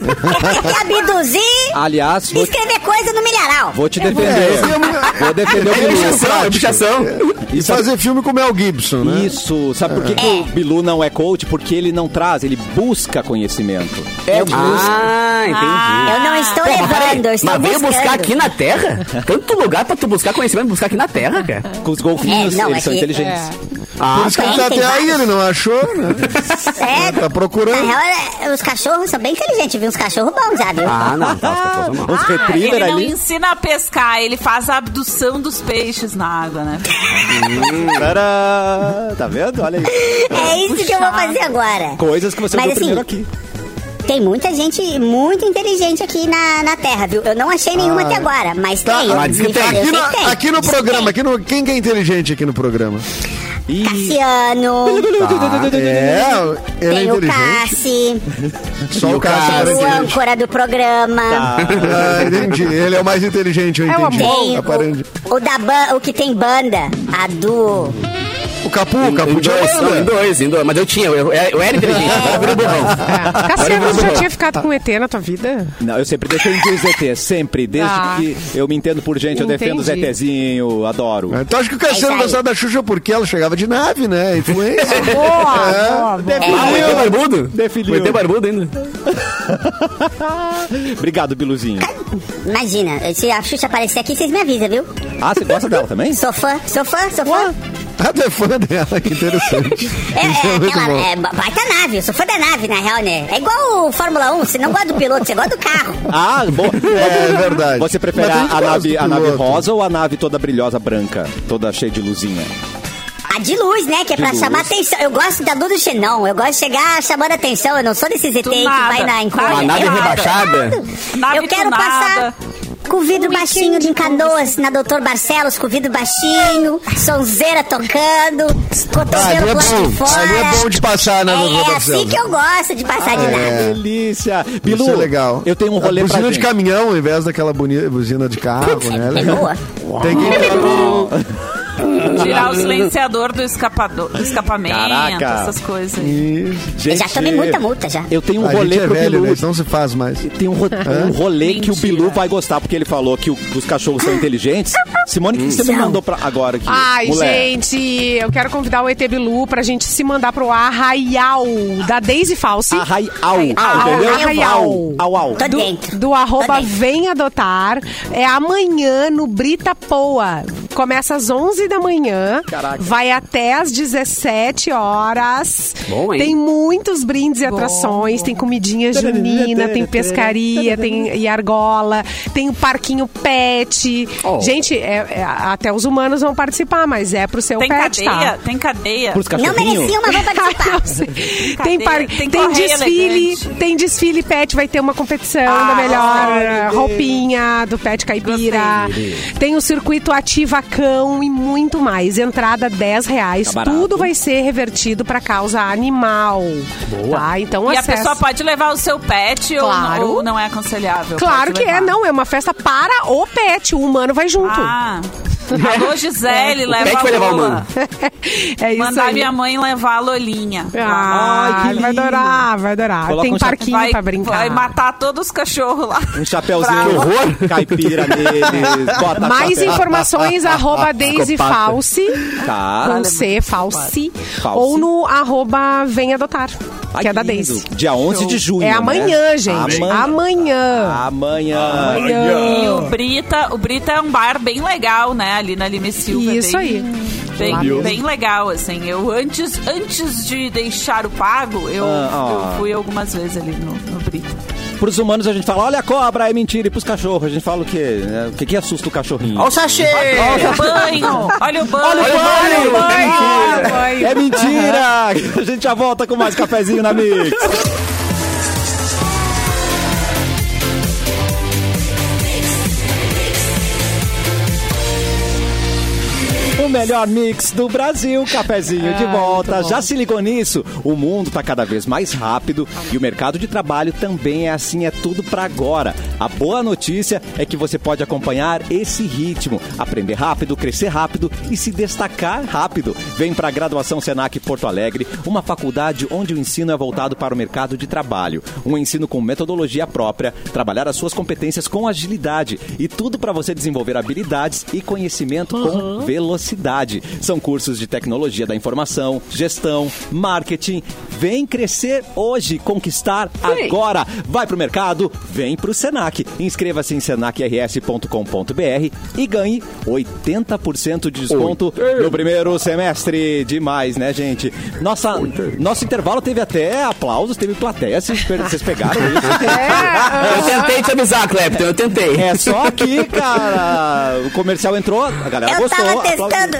[LAUGHS] Abduzir,
Aliás, vou,
escrever coisa no milharal.
vou te
É,
defender.
eu ia-
Vou
[LAUGHS]
defender o
É
Bilu.
bichação, é bichação.
E
Isso é-
fazer filme com o Mel Gibson, né?
Isso, sabe por que, que o Bilu não é coach? Porque ele não traz, ele busca conhecimento.
É Ah, entendi.
Eu não estou
Pô, mas peraí,
levando, eu estou
mas veio
buscando.
buscar aqui né? na Terra? Tanto lugar pra tu buscar conhecimento, buscar aqui na Terra, cara.
Com os golfinhos,
É, não,
eles
é
são
que-
inteligentes.
Ah,
Por isso que
tá.
ele tá
Tem
até aí,
vários.
ele não achou, né?
É,
Tá procurando.
Na real, é, os cachorros são bem inteligentes, viu? Uns cachorros bons, já, viu?
ah não, tá, os pessoas não.
Os
Ah,
retriever
ele não
ali.
ensina a pescar, ele faz a abdução dos peixes na água, né?
Tará, tá vendo? Olha aí.
é isso que eu vou fazer agora.
Coisas que você
Mas
viu
assim,
primeiro aqui.
Tem muita gente muito inteligente aqui na, na Terra, viu? Eu não achei nenhuma até agora, mas
Tá,
tem. eu-
mas diz que
me falaram, eu
Aqui
sei
no,
que é, tem.
aqui no
Diz que
programa, aqui no, quem que é inteligente aqui no programa?
Ih,
Cassiano,
Tá,
É, ele é
tem o
inteligente.
Cassi,
Só
Cássio.
o Cássio era
tem o
inteligente.
âncora do programa,
Ah, entendi. Ele é o mais inteligente, eu
É o
entendi.
amor.
tem
Aparente.
o, o, da ban, o que tem banda, a do...
O Capu, o
Em
Capu de
dois, né? não, em dois, em dois. Mas eu tinha, eu, é, eu era inteligente, eu era
[LAUGHS]
burrão.
É. Cassiano, você já tinha ficado com ET na tua vida?
Não, eu sempre defendi os ETs, sempre. Desde
Tá.
que eu me entendo por gente, eu defendo os
Entendi.
ETzinho, adoro.
Então acho que o Cassiano
É isso aí. É,
gostava da Xuxa porque ela chegava de
[LAUGHS]
nave, né? Influência. é
Boa, boa, boa.
Ah, o ET barbudo?
Definiu.
O ET barbudo ainda.
Obrigado, Biluzinho.
Imagina, se a Xuxa aparecer aqui, vocês me avisam, viu?
Ah, você gosta dela também?
Sou fã, sou fã, sou fã.
Ah, tu é fã dela, que interessante.
É,
Isso
é,
é muito
aquela,
bom.
é ba- baita nave, eu sou fã da nave, na real, né? É igual o Fórmula 1, você não gosta do piloto, você gosta do carro.
Ah, bom.
É verdade.
Você prefere
Mas tem gente
a
que gosta
nave,
do
a nave
piloto.
rosa ou a nave toda brilhosa branca? Toda cheia de luzinha?
A de luz, né? Que é pra
luz.
chamar atenção. Eu gosto da luz do Xenon, eu gosto de chegar chamando atenção, eu não sou desse ZT que
Tunada.
vai na
Uma
Uma
encolha.
nave
Eu-
rebaixada?
Nave
Eu quero
tunada.
passar com o vidro baixinho de canoas na Doutor Barcelos, com o vidro baixinho, sonzeira tocando,
Ah, ali
cotovelo
é
pro lado de
bom.
fora.
Ali é bom de passar na
É-
Doutor
é, assim
Barcelos.
que eu gosto de passar de nada.
Delícia! Bilu,
É. Isso é legal.
eu tenho um
A
rolê pra
buzina
gente.
de caminhão ao invés daquela buni- buzina
[LAUGHS]
de carro, né?
É boa.
Tem que entrar no-
Tirar o silenciador do, escapador, do escapamento,
Caraca.
essas coisas aí.
Eu
Gente,
já tomei muita multa já.
Eu tenho um
A gente
rolê
é
pro
velho,
Bilu.
né? Isso não se faz mais.
Tem um, ro- um rolê que o
Mentira.
Bilu vai gostar, porque ele falou que o- os cachorros são inteligentes. Simone, o que você me mandou pra agora aqui?
Hum. Ai,
mulher?
gente, eu quero convidar o ET Bilu pra gente se mandar pro Arraial da Daisy Falsi.
Arrai, au,
Au, Tá-
entendeu?
arraial.
Au, au, au.
Tô dentro.
Do, do arroba
Tô dentro.
Vem Adotar. É amanhã no Brita Poa. Começa às 11 da manhã.
Caraca.
Vai até às 17 horas.
Bom, hein?
Tem muitos brindes e atrações. Tem comidinha junina, tem pescaria, tem e argola. Tem o parquinho pet.
Oh.
Gente, é- é- até os humanos vão participar, mas é pro seu
Tem
pet,
cadeia,
tá?
tem cadeia.
Pros
Não
cachorrinhos?
merecia uma roupa de
Não
sapato.
sei. tem,
Brincadeira.
par- tem
Tem correia Ah,
desfile,
elegante.
tem desfile pet, vai ter uma competição da melhor eh, roupinha do pet caipira. Tem o circuito ativa cão e muito mais. Entrada 10 reais.
Tá barato.
Tudo vai ser revertido para causa animal. Boa. Tá? Então
E a
acesso-
pessoa pode levar o seu pet ou-
Claro.
ou, não é aconselhável?
Claro
Pode
que é,
levar.
não, é uma festa para o pet, o humano vai junto.
Ah,
[LAUGHS]
alô Gisele,
O pet
leva
vai
a
levar o
Lola.
mano.
é isso
Mandar
aí.
minha mãe levar a Lolinha.
Ah,
Ai, que
ele vai
lindo.
adorar, vai adorar.
Coloca
Tem
um chapéu-
parquinho pra brincar.
vai matar todos os cachorros lá.
Um chapéuzinho horror.
[LAUGHS]
caipira neles.
Tá
Bota
Mais
chapéu.
[LAUGHS]
informações, arroba Daisy
Psicopata.
Falsi,
Tá.
com C, Falsi,
Falsi.
ou no arroba Vem Adotar,
Ai,
que é da
lindo.
Daisy.
Dia 11 de junho.
É
né?
amanhã, gente.
Amanhã.
Ah.
Amanhã.
Amanhã.
E o Brita, o Brita é um bar bem legal, né? Ali na Lima e Silva.
Isso
bem-
aí.
Bem, bem legal, assim. Eu antes, antes de deixar o pago, eu,
Ah, ah.
eu fui algumas vezes ali no, no Brita.
Pros humanos a gente fala, olha a cobra, é mentira. E pros cachorros a gente fala o quê? É, O que, que assusta o cachorrinho?
Olha o sachê!
Olha o banho! Olha o banho!
banho!
olha o banho!
É mentira! [LAUGHS] A gente já volta com mais cafezinho na Mix. O melhor mix do Brasil, cafezinho de volta. Já se ligou nisso? O mundo tá cada vez mais rápido e o mercado de trabalho também é assim, é tudo pra agora. A boa notícia é que você pode acompanhar esse ritmo, aprender rápido, crescer rápido e se destacar rápido. Vem pra graduação Senac Porto Alegre, uma faculdade onde o ensino é voltado para o mercado de trabalho. Um ensino com metodologia própria, trabalhar as suas competências com agilidade e tudo para você desenvolver habilidades e conhecimento com velocidade. São cursos de tecnologia da informação, gestão, marketing. Vem crescer hoje, conquistar agora. Vai pro mercado, vem pro Senac. Inscreva-se em senacrs.com.br e ganhe 80% de desconto no primeiro semestre. Demais, né, gente? Nossa, nosso intervalo teve até aplausos, teve plateia. Vocês pe- vocês pegaram isso?
É.
Eu tentei te avisar, Clepton, eu tentei.
É só aqui, cara. O comercial entrou, a galera
Eu
gostou.
tava
aplaudiu.
testando,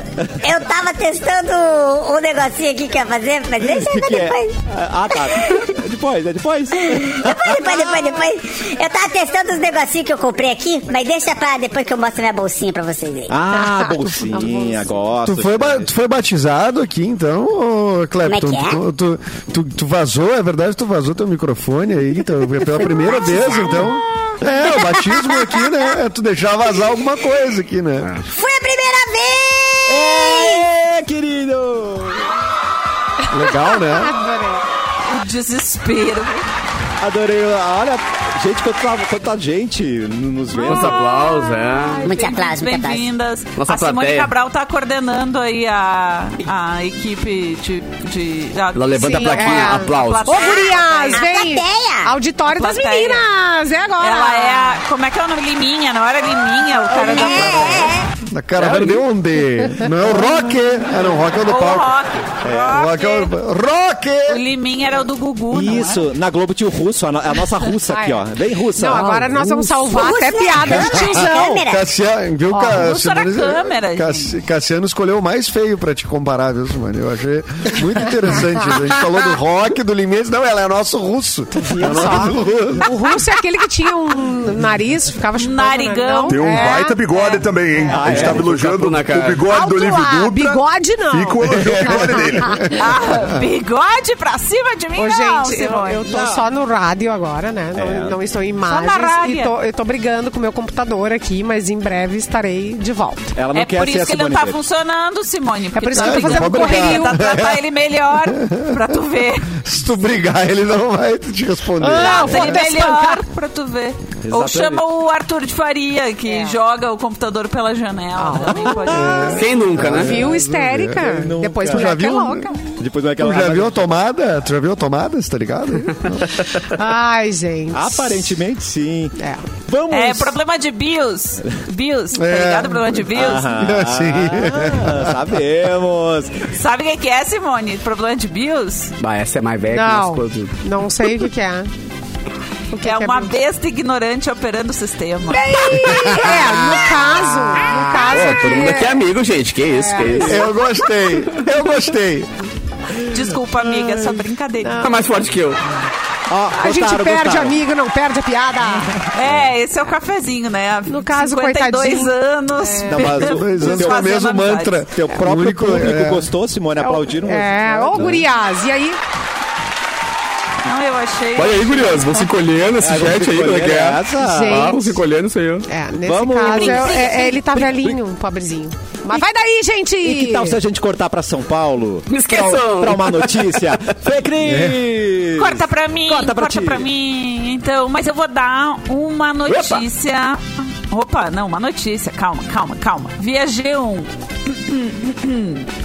eu tava testando um negocinho aqui que ia fazer, mas deixa
O
pra
que é?
depois. Tá.
Ah, tá. É depois, é depois.
Depois, depois, depois, depois. Eu tava testando os negocinhos que eu comprei aqui, mas deixa pra depois que eu mostro minha bolsinha pra vocês aí.
Ah,
Tá
bolsinha, gosto.
Tu foi, ba- tu foi batizado aqui, então, ô, Clepton?
Como é que é?
Tu, tu, tu- tu vazou, é verdade, tu vazou teu microfone aí, então, é pela primeira vez, então. É, o batismo aqui, né? É tu deixar vazar alguma coisa aqui, né?
Foi a primeira vez!
É, querido!
É.
Legal, né?
O desespero.
Adorei. Olha, gente, quanta, quanta gente nos vendo.
Nossa, aplausos, é.
Muito aplauso, muito aplauso.
Bem-vindas.
Nossa
a Simone
plateia.
Cabral tá coordenando aí a, a equipe de. de da-
Ela levanta
Sim,
a plaquinha,
é,
aplausos.
a
Ô,
plateia.
gurias,
A
vem!
plateia.
Auditório
A
das
plateia.
meninas, é agora!
Ela é a. Como é que é o nome? Liminha, não era Liminha, o cara da
É,
plateia.
é,
Na caravana de onde? Não é o rock? Ah, não, o rock é o do
Ou
palco.
rock.
O rock é o...
O
Rock!
Liminha era o do Gugu, não é? era?
Isso, na Globo tinha o russo, a, no- a nossa russa aqui, ó. Bem russa.
Não,
ó.
agora nós vamos salvar até piada
[LAUGHS]
de tiozão.
Cassia, viu, Ca-
não só na
Simone-
câmera,
Cass- Cassiano escolheu o mais feio pra te comparar, viu, Simone? Eu achei
[LAUGHS]
muito interessante isso. A gente falou do rock, do limite. Não, ela é nosso russo.
Tá
É o nosso russo.
O russo é aquele que tinha um nariz, ficava chupando.
Narigão.
Tem um
É,
baita bigode também, hein? a
é,
gente tava
fica
elogiando
tudo na cara.
o bigode do
Alto
Olívio
lá,
Dutra.
bigode não.
Fica o elogio ao bigode dele.
Ah, [LAUGHS] bigode pra cima de mim,
Ô,
não,
gente, eu,
Simone.
eu tô
Não.
só no rádio agora, né? Não, não estou em imagens.
Só na rádio.
e tô, eu tô brigando com o meu computador aqui, mas em breve estarei de volta.
Ela não
É
quer
por isso
ser
que ele não
a
tá
Simone Brecht.
funcionando, Simone. porque
É por isso
tu
que eu tô
tem
fazendo
correria.
correria.
tratar ele melhor pra tu ver.
Se tu brigar, ele não vai te responder.
Ah,
Trata ele
vou
melhor pra tu ver. Ou
Exatamente.
chama o Arthur de Faria, que
É.
joga o computador pela janela.
Ah.
Também pode ser.
Quem nunca, né?
Viu, histérica?
nunca.
Depois
Tu
mulher
já
que é
viu?
louca.
Depois não é
Tu
aquela
já viu a tomada? Tu já viu a tomada? Você
[LAUGHS]
tá ligado?
Ai, gente.
Aparentemente sim.
É.
Vamos.
É, problema de BIOS. BIOS, tá
É.
ligado? Problema de BIOS.
Ah,
assim.
[LAUGHS]
Sim.
sabemos.
Sabe o que que é, Simone? Problema de BIOS?
Bah, essa é mais velha que
Não,
nós todos.
não sei o que, que
[LAUGHS]
é. O
é
que
uma
é?
besta ignorante operando o sistema.
É, no caso,
Ah!
no caso
É, todo mundo aqui
que...
é amigo, gente. Que isso, que isso.
Eu gostei. Eu gostei.
Desculpa, amiga, essa brincadeira.
Tá mais forte que eu.
Ó,
A gente
Gustavo,
perde
Gustavo.
amigo, não perde a piada.
É, esse é o cafezinho, né?
No caso,
52
coitadinho. É.
anos.
Não, mas o-
um, Dois anos
Fazendo
com o mesmo
amizades.
mantra.
Teu próprio
Único,
público
é.
gostou, Simone? Aplaudiram?
É, ô gurias, e aí?
Não, eu achei.
Olha aí, curioso. Vão se colhendo esse chat aí, como é que é?
Gente.
Ah, vão se colhendo isso aí. ó.
É, nesse
Vamos-
caso,
Brinque,
é- é- ele tá velhinho, pobrezinho. Mas vai daí, gente!
E que tal se a gente cortar pra São Paulo?
Me esqueçam.
Pra uma notícia? Fê Cris!
Corta pra mim,
Corta
corta,
pra
pra,
ti.
mim. Então, mas eu vou dar uma notícia. Opa, não, uma notícia. Calma, calma, calma. um Via G1,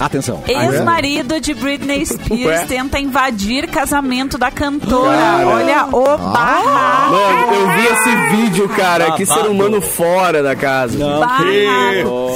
Atenção.
Ah, é?
ex-marido de Britney
[LAUGHS]
Spears
Ué?
tenta invadir casamento da cantora. Olha o
Ah,
barra.
Mano, eu vi esse vídeo, cara. Que ser
Babado.
humano fora da casa.
barra.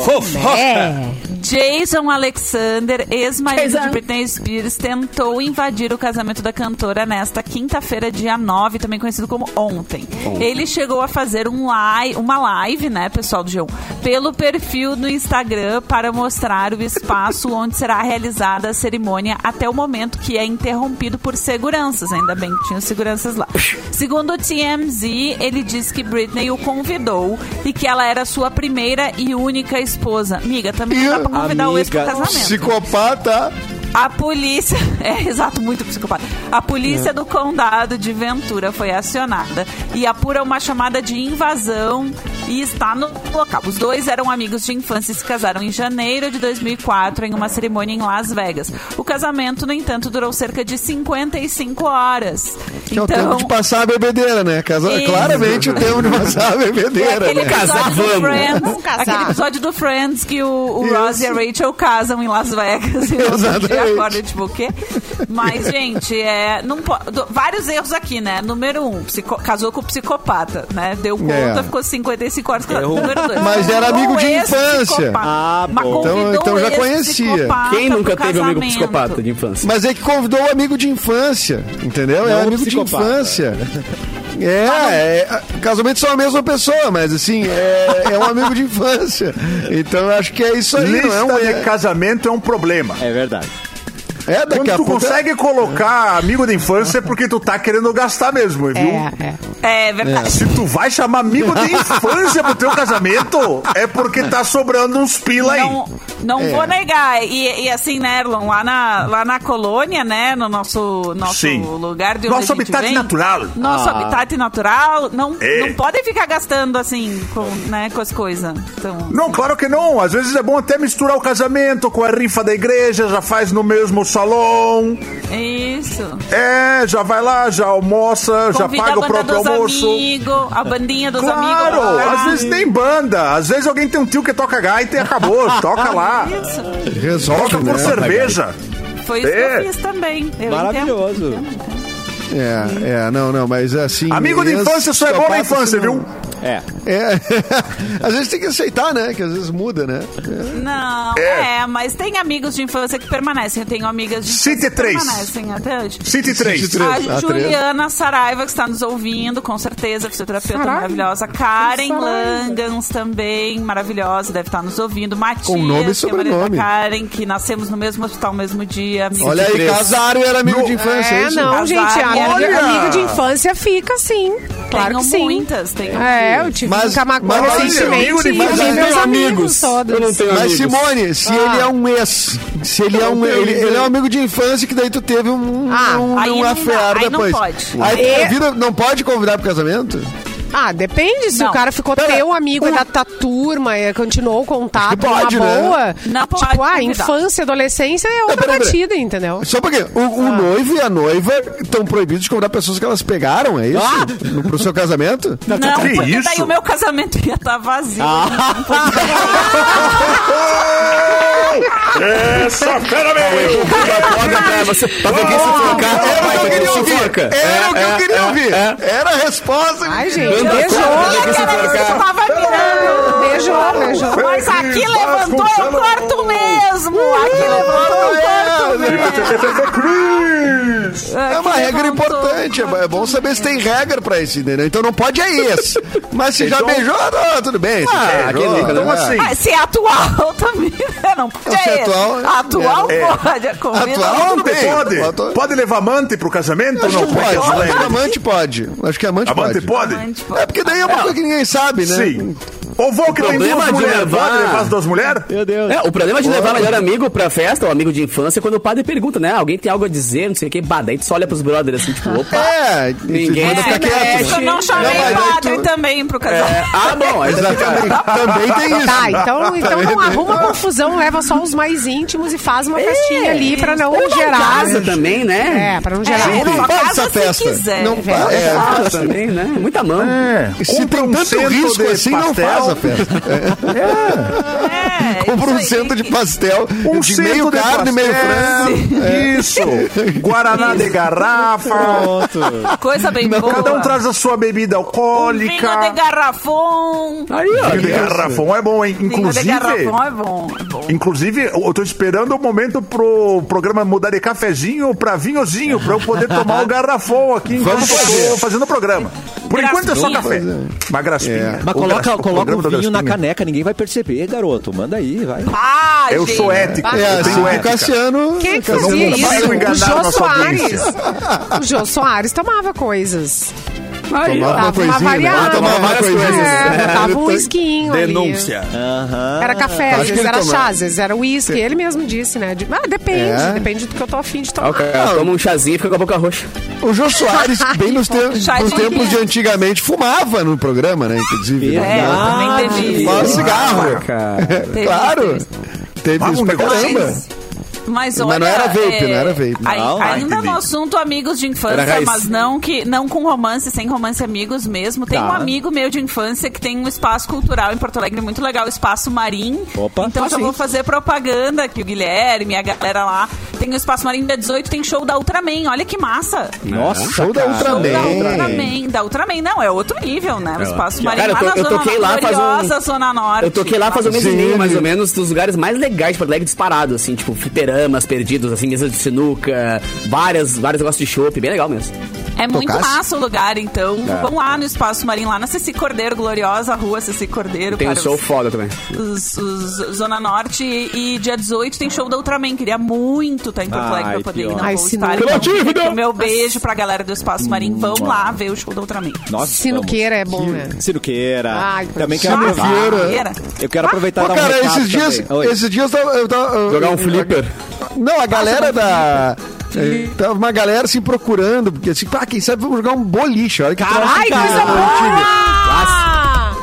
Fofoca.
Jason Alexander, ex-marido de Britney Spears, tentou invadir o casamento da cantora nesta quinta-feira, dia 9, também conhecido como ontem. Ele chegou a fazer um live, uma live, né, pessoal do G1, pelo perfil no Instagram para mostrar o espaço [LAUGHS] onde será realizada a cerimônia até o momento que é interrompido por seguranças. Ainda bem que tinham seguranças lá. Segundo o TMZ, ele disse que Britney o convidou e que ela era sua primeira e única esposa. Amiga, também não dá pra convidar o ex pro
Amiga,
casamento.
Psicopata.
A polícia. [LAUGHS] É, exato, muito psicopata. A
É.
polícia do condado de Ventura foi acionada e apura uma chamada de invasão e está no local. Os dois eram amigos de infância e se casaram em janeiro de 2004 em uma cerimônia em Las Vegas. O casamento, no entanto, durou cerca de 55 horas.
Que é o tempo de passar a bebedeira, né? Casa-
Então- Isso.
Claramente o tempo de
[LAUGHS]
passar a
É
bebedeira.
aquele
né?
episódio do
Vamos
Friends,
casar.
aquele episódio do Friends que o, o
Isso.
Ross e a Rachel casam em Las Vegas. E no outro
Exatamente.
dia acorda, tipo, o quê? Mas, gente, é, não po- do- vários erros aqui, né? Número um, psico- casou com o psicopata, né? Deu conta,
É.
ficou 55 horas. casado. Número dois.
Mas era
Convidou
amigo de
o ex-psicopata.
infância.
Ah,
Mas
bom.
convidou
Então- então
o
já
ex-psicopata
conhecia.
Quem
pro
nunca teve um amigo
casamento.
psicopata de infância?
Mas é que convidou o amigo de infância, entendeu?
Não
é
o
amigo de
psicopata.
[LAUGHS]
infância.
Tá
É, é, casamento são a mesma pessoa, mas assim, é, é um amigo de infância. Então eu acho que é isso aí, não é um.
Lista de
É,
casamento é um problema.
É verdade.
é
Quando
daqui a
tu
pouco.
consegue colocar amigo da infância é porque tu tá querendo gastar mesmo, viu?
É, é.
É verdade.
Se tu vai chamar amigo da infância pro teu casamento, é porque tá sobrando uns pila aí. É.
Não, não vou negar. E, e assim, né, Erlon, lá na, lá na colônia, né, no nosso, nosso
Sim.
lugar de onde
Nosso
a gente
habitat
vem,
natural.
Nosso
Ah.
habitat natural. Não,
É.
não podem ficar gastando assim com, né, com as coisas. Então,
Não, claro que não. Às vezes é bom até misturar o casamento com a rifa da igreja, já faz no mesmo salão.
isso.
É, já vai lá, já almoça, já
Convida a
paga o
banda
próprio
dos
almoço.
amigos, a bandinha dos amigos. Ah,
Claro,
lá.
às vezes nem banda, às vezes alguém tem um tio que toca gaita e
[LAUGHS]
acabou, toca lá,
Isso.
Resolve,
toca por
né?
cerveja.
Foi isso
É.
que eu fiz também. Eu
Maravilhoso.
É, é, não, assim, não, mas assim.
Amigo de
esse
infância só é bom na
psicopata,
infância,
assim,
viu?
não.
É.
É. [LAUGHS] às vezes tem que aceitar, né? Que às vezes muda, né?
Não, é. mas tem amigos de infância que permanecem. Eu tenho amigas de infância
Cite
que
três.
permanecem até hoje.
City 3.
City três.
A
Ah, três.
Juliana Saraiva, que está nos ouvindo, com certeza, fisioterapeuta
Saraiva.
maravilhosa. Karen
Saraiva.
Langans também, maravilhosa, deve estar nos ouvindo. Matias,
Com nome e
que é marido da
sobrenome.
Karen, que nascemos no mesmo hospital, no mesmo dia. amigo
Olha
de
aí,
criança.
casaram e era amigo de infância. é
É,
isso?
não,
Azar,
gente. Amigo,
olha!
amigo de infância fica, sim. Claro
Tenho
que sim.
muitas, tenho.
É, eu tive
Mas-
um Camacuã
mas olha,
recentemente.
amigo de
e
infância,
vi
eu
meus
tenho
amigos todos.
Eu não tenho
Mas,
amigos.
Simone, se
Ah.
ele é um ex, se ele é um, ele, ele é um amigo de infância que daí tu teve um,
Ah,
um,
aí
um
não
affair
dá, aí não
depois.
pode.
Aí
É.
a vida não pode convidar pro casamento?
Ah, depende. Se
Não.
o cara ficou
Pera,
teu amigo, é
o-
da tua turma, é, continuou o contato
Acho que pode,
numa
né?
boa.
Não
tipo,
pode
ah,
convidar.
infância, adolescência é outra
pera, pera.
batida, entendeu?
Só porque o, o
Ah.
noivo e a noiva estão proibidos de convidar pessoas que elas pegaram, é isso?
Ah.
No, pro seu casamento?
Não,
Que
porque
isso?
daí o meu casamento ia estar vazio.
Ah, [LAUGHS]
Essa É fera, meu!
Acorda pra você. Pra ver quem se focar.
Era o que eu queria ouvir!
É,
foca.
Era o que eu queria ouvir! Era a resposta!
Ai, gente,
Anda,
beijou.
acorda.
Olha,
que se
cara, eu
forcar.
estava mirando.
Beijou, beijou.
Mas aqui
Feliz
levantou, eu
Vasconcelos.
corto mesmo. Aqui levantou, eu corto mesmo.
É uma
Aqui
regra
levantou,
importante, é bom saber se tem regra pra isso, entendeu? Então não pode é esse. Mas se já
Então-
beijou, não, tudo bem. se
Ah,
beijou,
aquele- então
né?
assim,
Ah, se é atual [LAUGHS] também, né? não pode.
Se é
É
atual,
esse. atual
é.
pode. é convida.
Atual?
Não,
Bem,
pode.
botou-
Pode levar amante pro casamento?
Acho
Não
que pode.
pode.
Acho que
Lene?
amante pode. Acho que amante
Amante
pode.
pode?
Amante pode.
É porque daí é uma coisa que ninguém sabe, né?
Sim. Ou vou que tem
Problema
duas
de
mulheres.
levar-
Pode levar as duas mulheres?
Meu Deus.
É, o problema de levar melhor amigo pra festa, ou amigo de infância, é quando o padre pergunta, né? Alguém tem algo a dizer, não sei o quê. Bah, daí tu só olha pros brothers assim, tipo, [LAUGHS] opa.
É,
Ninguém né?
manda ficar
se
quieto.
mexe.
Eu né? não chamei
Não, mas aí
padre
tu-
também pro
É,
casamento.
ah, bom, aí já tá.
Também, também [LAUGHS] tem isso.
Tá, então, então não arruma confusão, leva só os mais íntimos e faz uma festinha ali pra não
Ou vai em
gerar.
casa também, né?
É, pra não gerar.
Não
Só
faz
casa
essa
se
festa.
quiser, né?
[LAUGHS] não
Tá,
velho.
faz. É,
Ah, também,
[LAUGHS]
né? Muita mão.
se
Compra
tem
um
tanto
centro
risco
de
assim, não
pastel.
faz a festa.
É,
Compra um
isso aí.
centro de pastel
Um
de meio
centro de
carne, meio
pastel. É,
frango.
Isso. Guaraná de garrafa.
Pronto.
Coisa bem boa.
Cada um traz a sua bebida
um vinho de
alcoólica.
garrafão.
Aí, ó.
Vinho de garrafão é bom, hein?
Vinho de
Inclusive,
garrafão é bom. É bom.
inclusive, eu tô esperando o momento pro programa mudar de cafezinho pra vinhozinho, pra eu poder tomar o garrafão aqui enquanto
Vamos
eu tô
fazer.
fazendo o programa. Por
Graspinha.
enquanto é só café. Uma graspinha.
É.
O tá
Mas coloca,
gra-
o coloca
tá
programa
o
da
vinho na
graspinha.
caneca, ninguém vai perceber, garoto. Manda aí, vai.
Né?
Ah,
Eu
gente.
sou ético.
É,
eu
assim,
tenho
o
ética.
Cassiano.
Quem é que
Cassiano
fazia
não
isso?
vai enganar
O
a
Jô
nossa
Soares. O Jô Soares tomava coisas.
Tomava uma
Tava uma
coisinha, né?
variada.
Tomava
várias
várias
coisas.
coisinhas.
É, botava um
Ele
esquinho
Denúncia.
ali. Era café,
Acho
às
que
vezes
ele
era
tomava.
chá, às vezes era uísque. Ele mesmo disse, né? De- ah, depende.
É.
Depende do que eu tô afim de tomar.
Ó, cara, toma um chazinho e fica com a boca roxa.
O Jô Soares, bem nos, tem- nos
Chá de
tempos de antigamente, fumava no programa, né? Inclusive.
É,
É,
Fumava-
também teve
Fumava
isso.
cigarro.
Teve-
[LAUGHS] claro. Teve
Fumava
isso
um
pra
negócio.
caramba.
Mas, mas olha,
Mas não era vape,
é,
não era vape.
ai-
Não, não,
ainda
entendi.
no assunto amigos de
Era
infância,
raiz.
mas não que não com romance, sem romance amigos mesmo. Tem
Tá.
um amigo meu de infância que tem um espaço cultural em Porto Alegre muito legal, o Espaço Marim.
Opa.
então
Ah,
assim?
já
sim.
vou fazer propaganda que o Guilherme, a galera lá, tem o Espaço Marim dia 18, tem show da Ultraman. Olha que massa.
Nossa,
Show da
cara.
Show da
Ultraman.
Ultraman, da Ultraman, não, é outro nível, né? O espaço Marim
Cara, eu
lá
to-
na
eu
Zona
toquei lá faz um-
gloriosa Zona Norte.
Eu toquei lá faz um mês e
Sim.
meio, mais ou menos, dos lugares mais legais de Porto Alegre disparado, assim, tipo, fliperamas perdidos, assim, mesa de sinuca, várias, vários negócios de chopp, bem legal mesmo.
É muito
Tocasse? É.
massa o lugar, então. Vão lá no Espaço Marim, lá na Ceci Cordeiro, gloriosa rua Ceci Cordeiro.
Tem um
para
show
os-
foda também.
os- os- Zona Norte e, e dia 18 tem show da Ultraman. Queria muito estar em Porto Alegre
Ai,
pra poder
pior.
ir na
Ai,
Vou
se
estar.
não-
Então,
Criativo,
fica aqui
né?
o meu beijo pra galera do Espaço Marim. Vão lá ver o show da Ultraman.
Nossa,
Sinuqueira é bom, né?
Sinuqueira.
Ai,
Também
coisa
quero
chata.
aproveitar.
Sinuqueira.
Eu quero aproveitar
Pô,
e dar um
cara,
recado
esses dias,
também. Oi.
esses dias eu tava, eu tava- eu-
Jogar um flipper.
Não, a galera
um
da. eh, Tava uma galera se procurando, porque assim, ah, quem sabe vamos jogar um boliche. Olha que troço,
Ai,
cara,
coisa
antigo.
boa!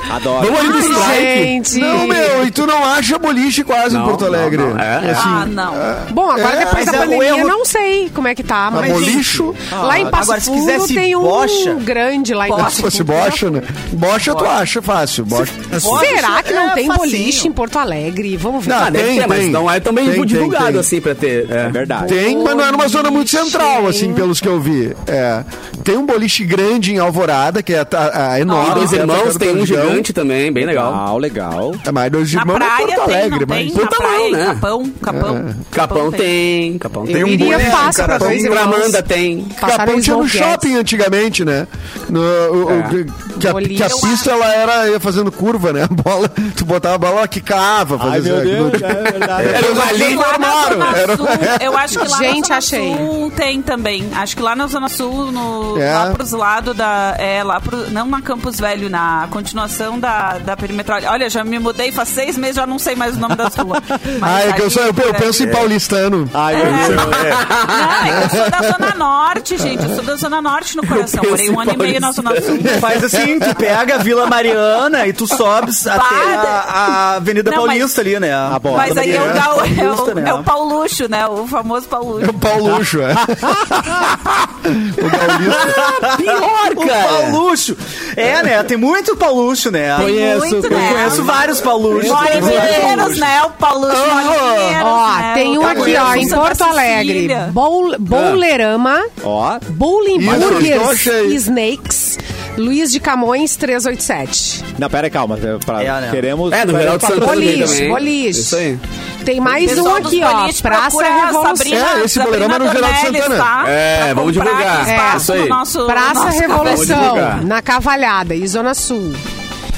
Adoro.
Vamos ali no strike.
Gente.
Não, meu, e tu não acha boliche quase em Porto Alegre.
não, não. É,
Assim,
Ah, não.
Bom, agora
É,
depois da
mas é o
pandemia,
erro-
não sei como é que tá, mas.
mas lixo.
Lá em Passo
Agora, se
Fundo
quisesse
tem um
bocha-
grande lá em
Bocha.
É, Se
Passo
fosse
Fundo.
bocha, né? Bocha tu acha fácil. Bocha.
Será que não
É
tem
facinho.
boliche em Porto Alegre? Vamos ver.
Não,
Ah, deve
tem,
ter, mas
tem.
não é também
Tem, tem,
divulgado
tem.
assim pra ter. É.
Verdade.
Tem, mas não é numa zona muito
Boliche.
central, assim, pelos que eu vi. É. Tem um boliche grande em Alvorada, que é a, a enorme.
Tem dois
que é a
irmãos,
Tocando
tem um
Candigão.
gigante também, bem legal.
Legal, legal.
É, mas dois
Na
irmãos é
praia
Porto
tem,
Alegre, É.
não tem?
mas.
Na
Puta
praia,
mão, né?
Capão, Capão.
Capão tem, Capão tem.
Eu
um
iria
boliche,
fácil pra
cara,
dois
tem um
irmãos.
Gramanda tem.
Passaram
Capão
em
tinha
João
no
Guedes.
shopping antigamente, né? No, o- o- que, que a,
Boliche.
que a pista ela era ia fazendo curva, né? A bola, tu botava a bola, ela quicava.
Ai,
fazia-
meu Deus, é verdade.
Era uma linha
Lá na
armário.
Zona
Era
Sul, eu acho que lá
Gente,
na Zona
achei.
Sul tem também. Acho que lá na Zona Sul, no,
É.
lá pros lados da. É, lá pro, não na Campus Velho, na continuação da, da perimetral. Olha, já me mudei faz seis meses, já não sei mais o nome das
[LAUGHS]
ruas. Mas
Ah, é que eu,
ali,
sou, eu, eu
por
penso em
ali-
paulistano.
Ai, meu
é.
Deus.
Não, é que eu sou da Zona
[LAUGHS]
Norte, gente. Eu sou da Zona Norte no coração.
penso
Morei um
em
ano e meio na Zona Sul.
Faz assim, tu pega a Vila Mariana e tu sobes até a, a Avenida
Não, mas-
Paulista ali, né? A
boa.
Mas aí é o,
Mariana,
Gal- é o-
Paulista, né?
é o Paulucho, né? O famoso Paulucho.
É o Paulucho, é. o paulista.
Pior,
O
cara.
Paulucho. É, né? Tem muito Paulucho, né?
Conheço,
Eu
muito, né?
conheço vários Pauluchos.
Mora em Pinheiros, né? O Paulucho mora em Pinheiros.
Ó,
né?
tem
O
um aqui, ó, em
Paulucho da
Porto Alegre.
Sicília.
Boul- Boulerama,
Ó,
Bowling
Isso, eu
Burgers
achei.
e Snakes, Luiz de Camões 387.
não, pera aí, calma. é pra-
É, né?
Queremos.
É, do
queremos
Geraldo Santana
patrocínio.
também.
Boliche, boliche.
Isso aí.
Tem mais um
Pessoal dos
aqui, ó,
boliches,
Praça
procura a
Revolução.
Sabrina-
É, esse
Sabrina
programa era o Geraldo
Dornelles,
Santana.
tá?
É,
Pra
vamos
comprar
divulgar.
aqui
É,
espaço
isso aí.
no nosso-
Praça
nosso
Revolução,
divulgar.
na Cavalhada e Zona Sul.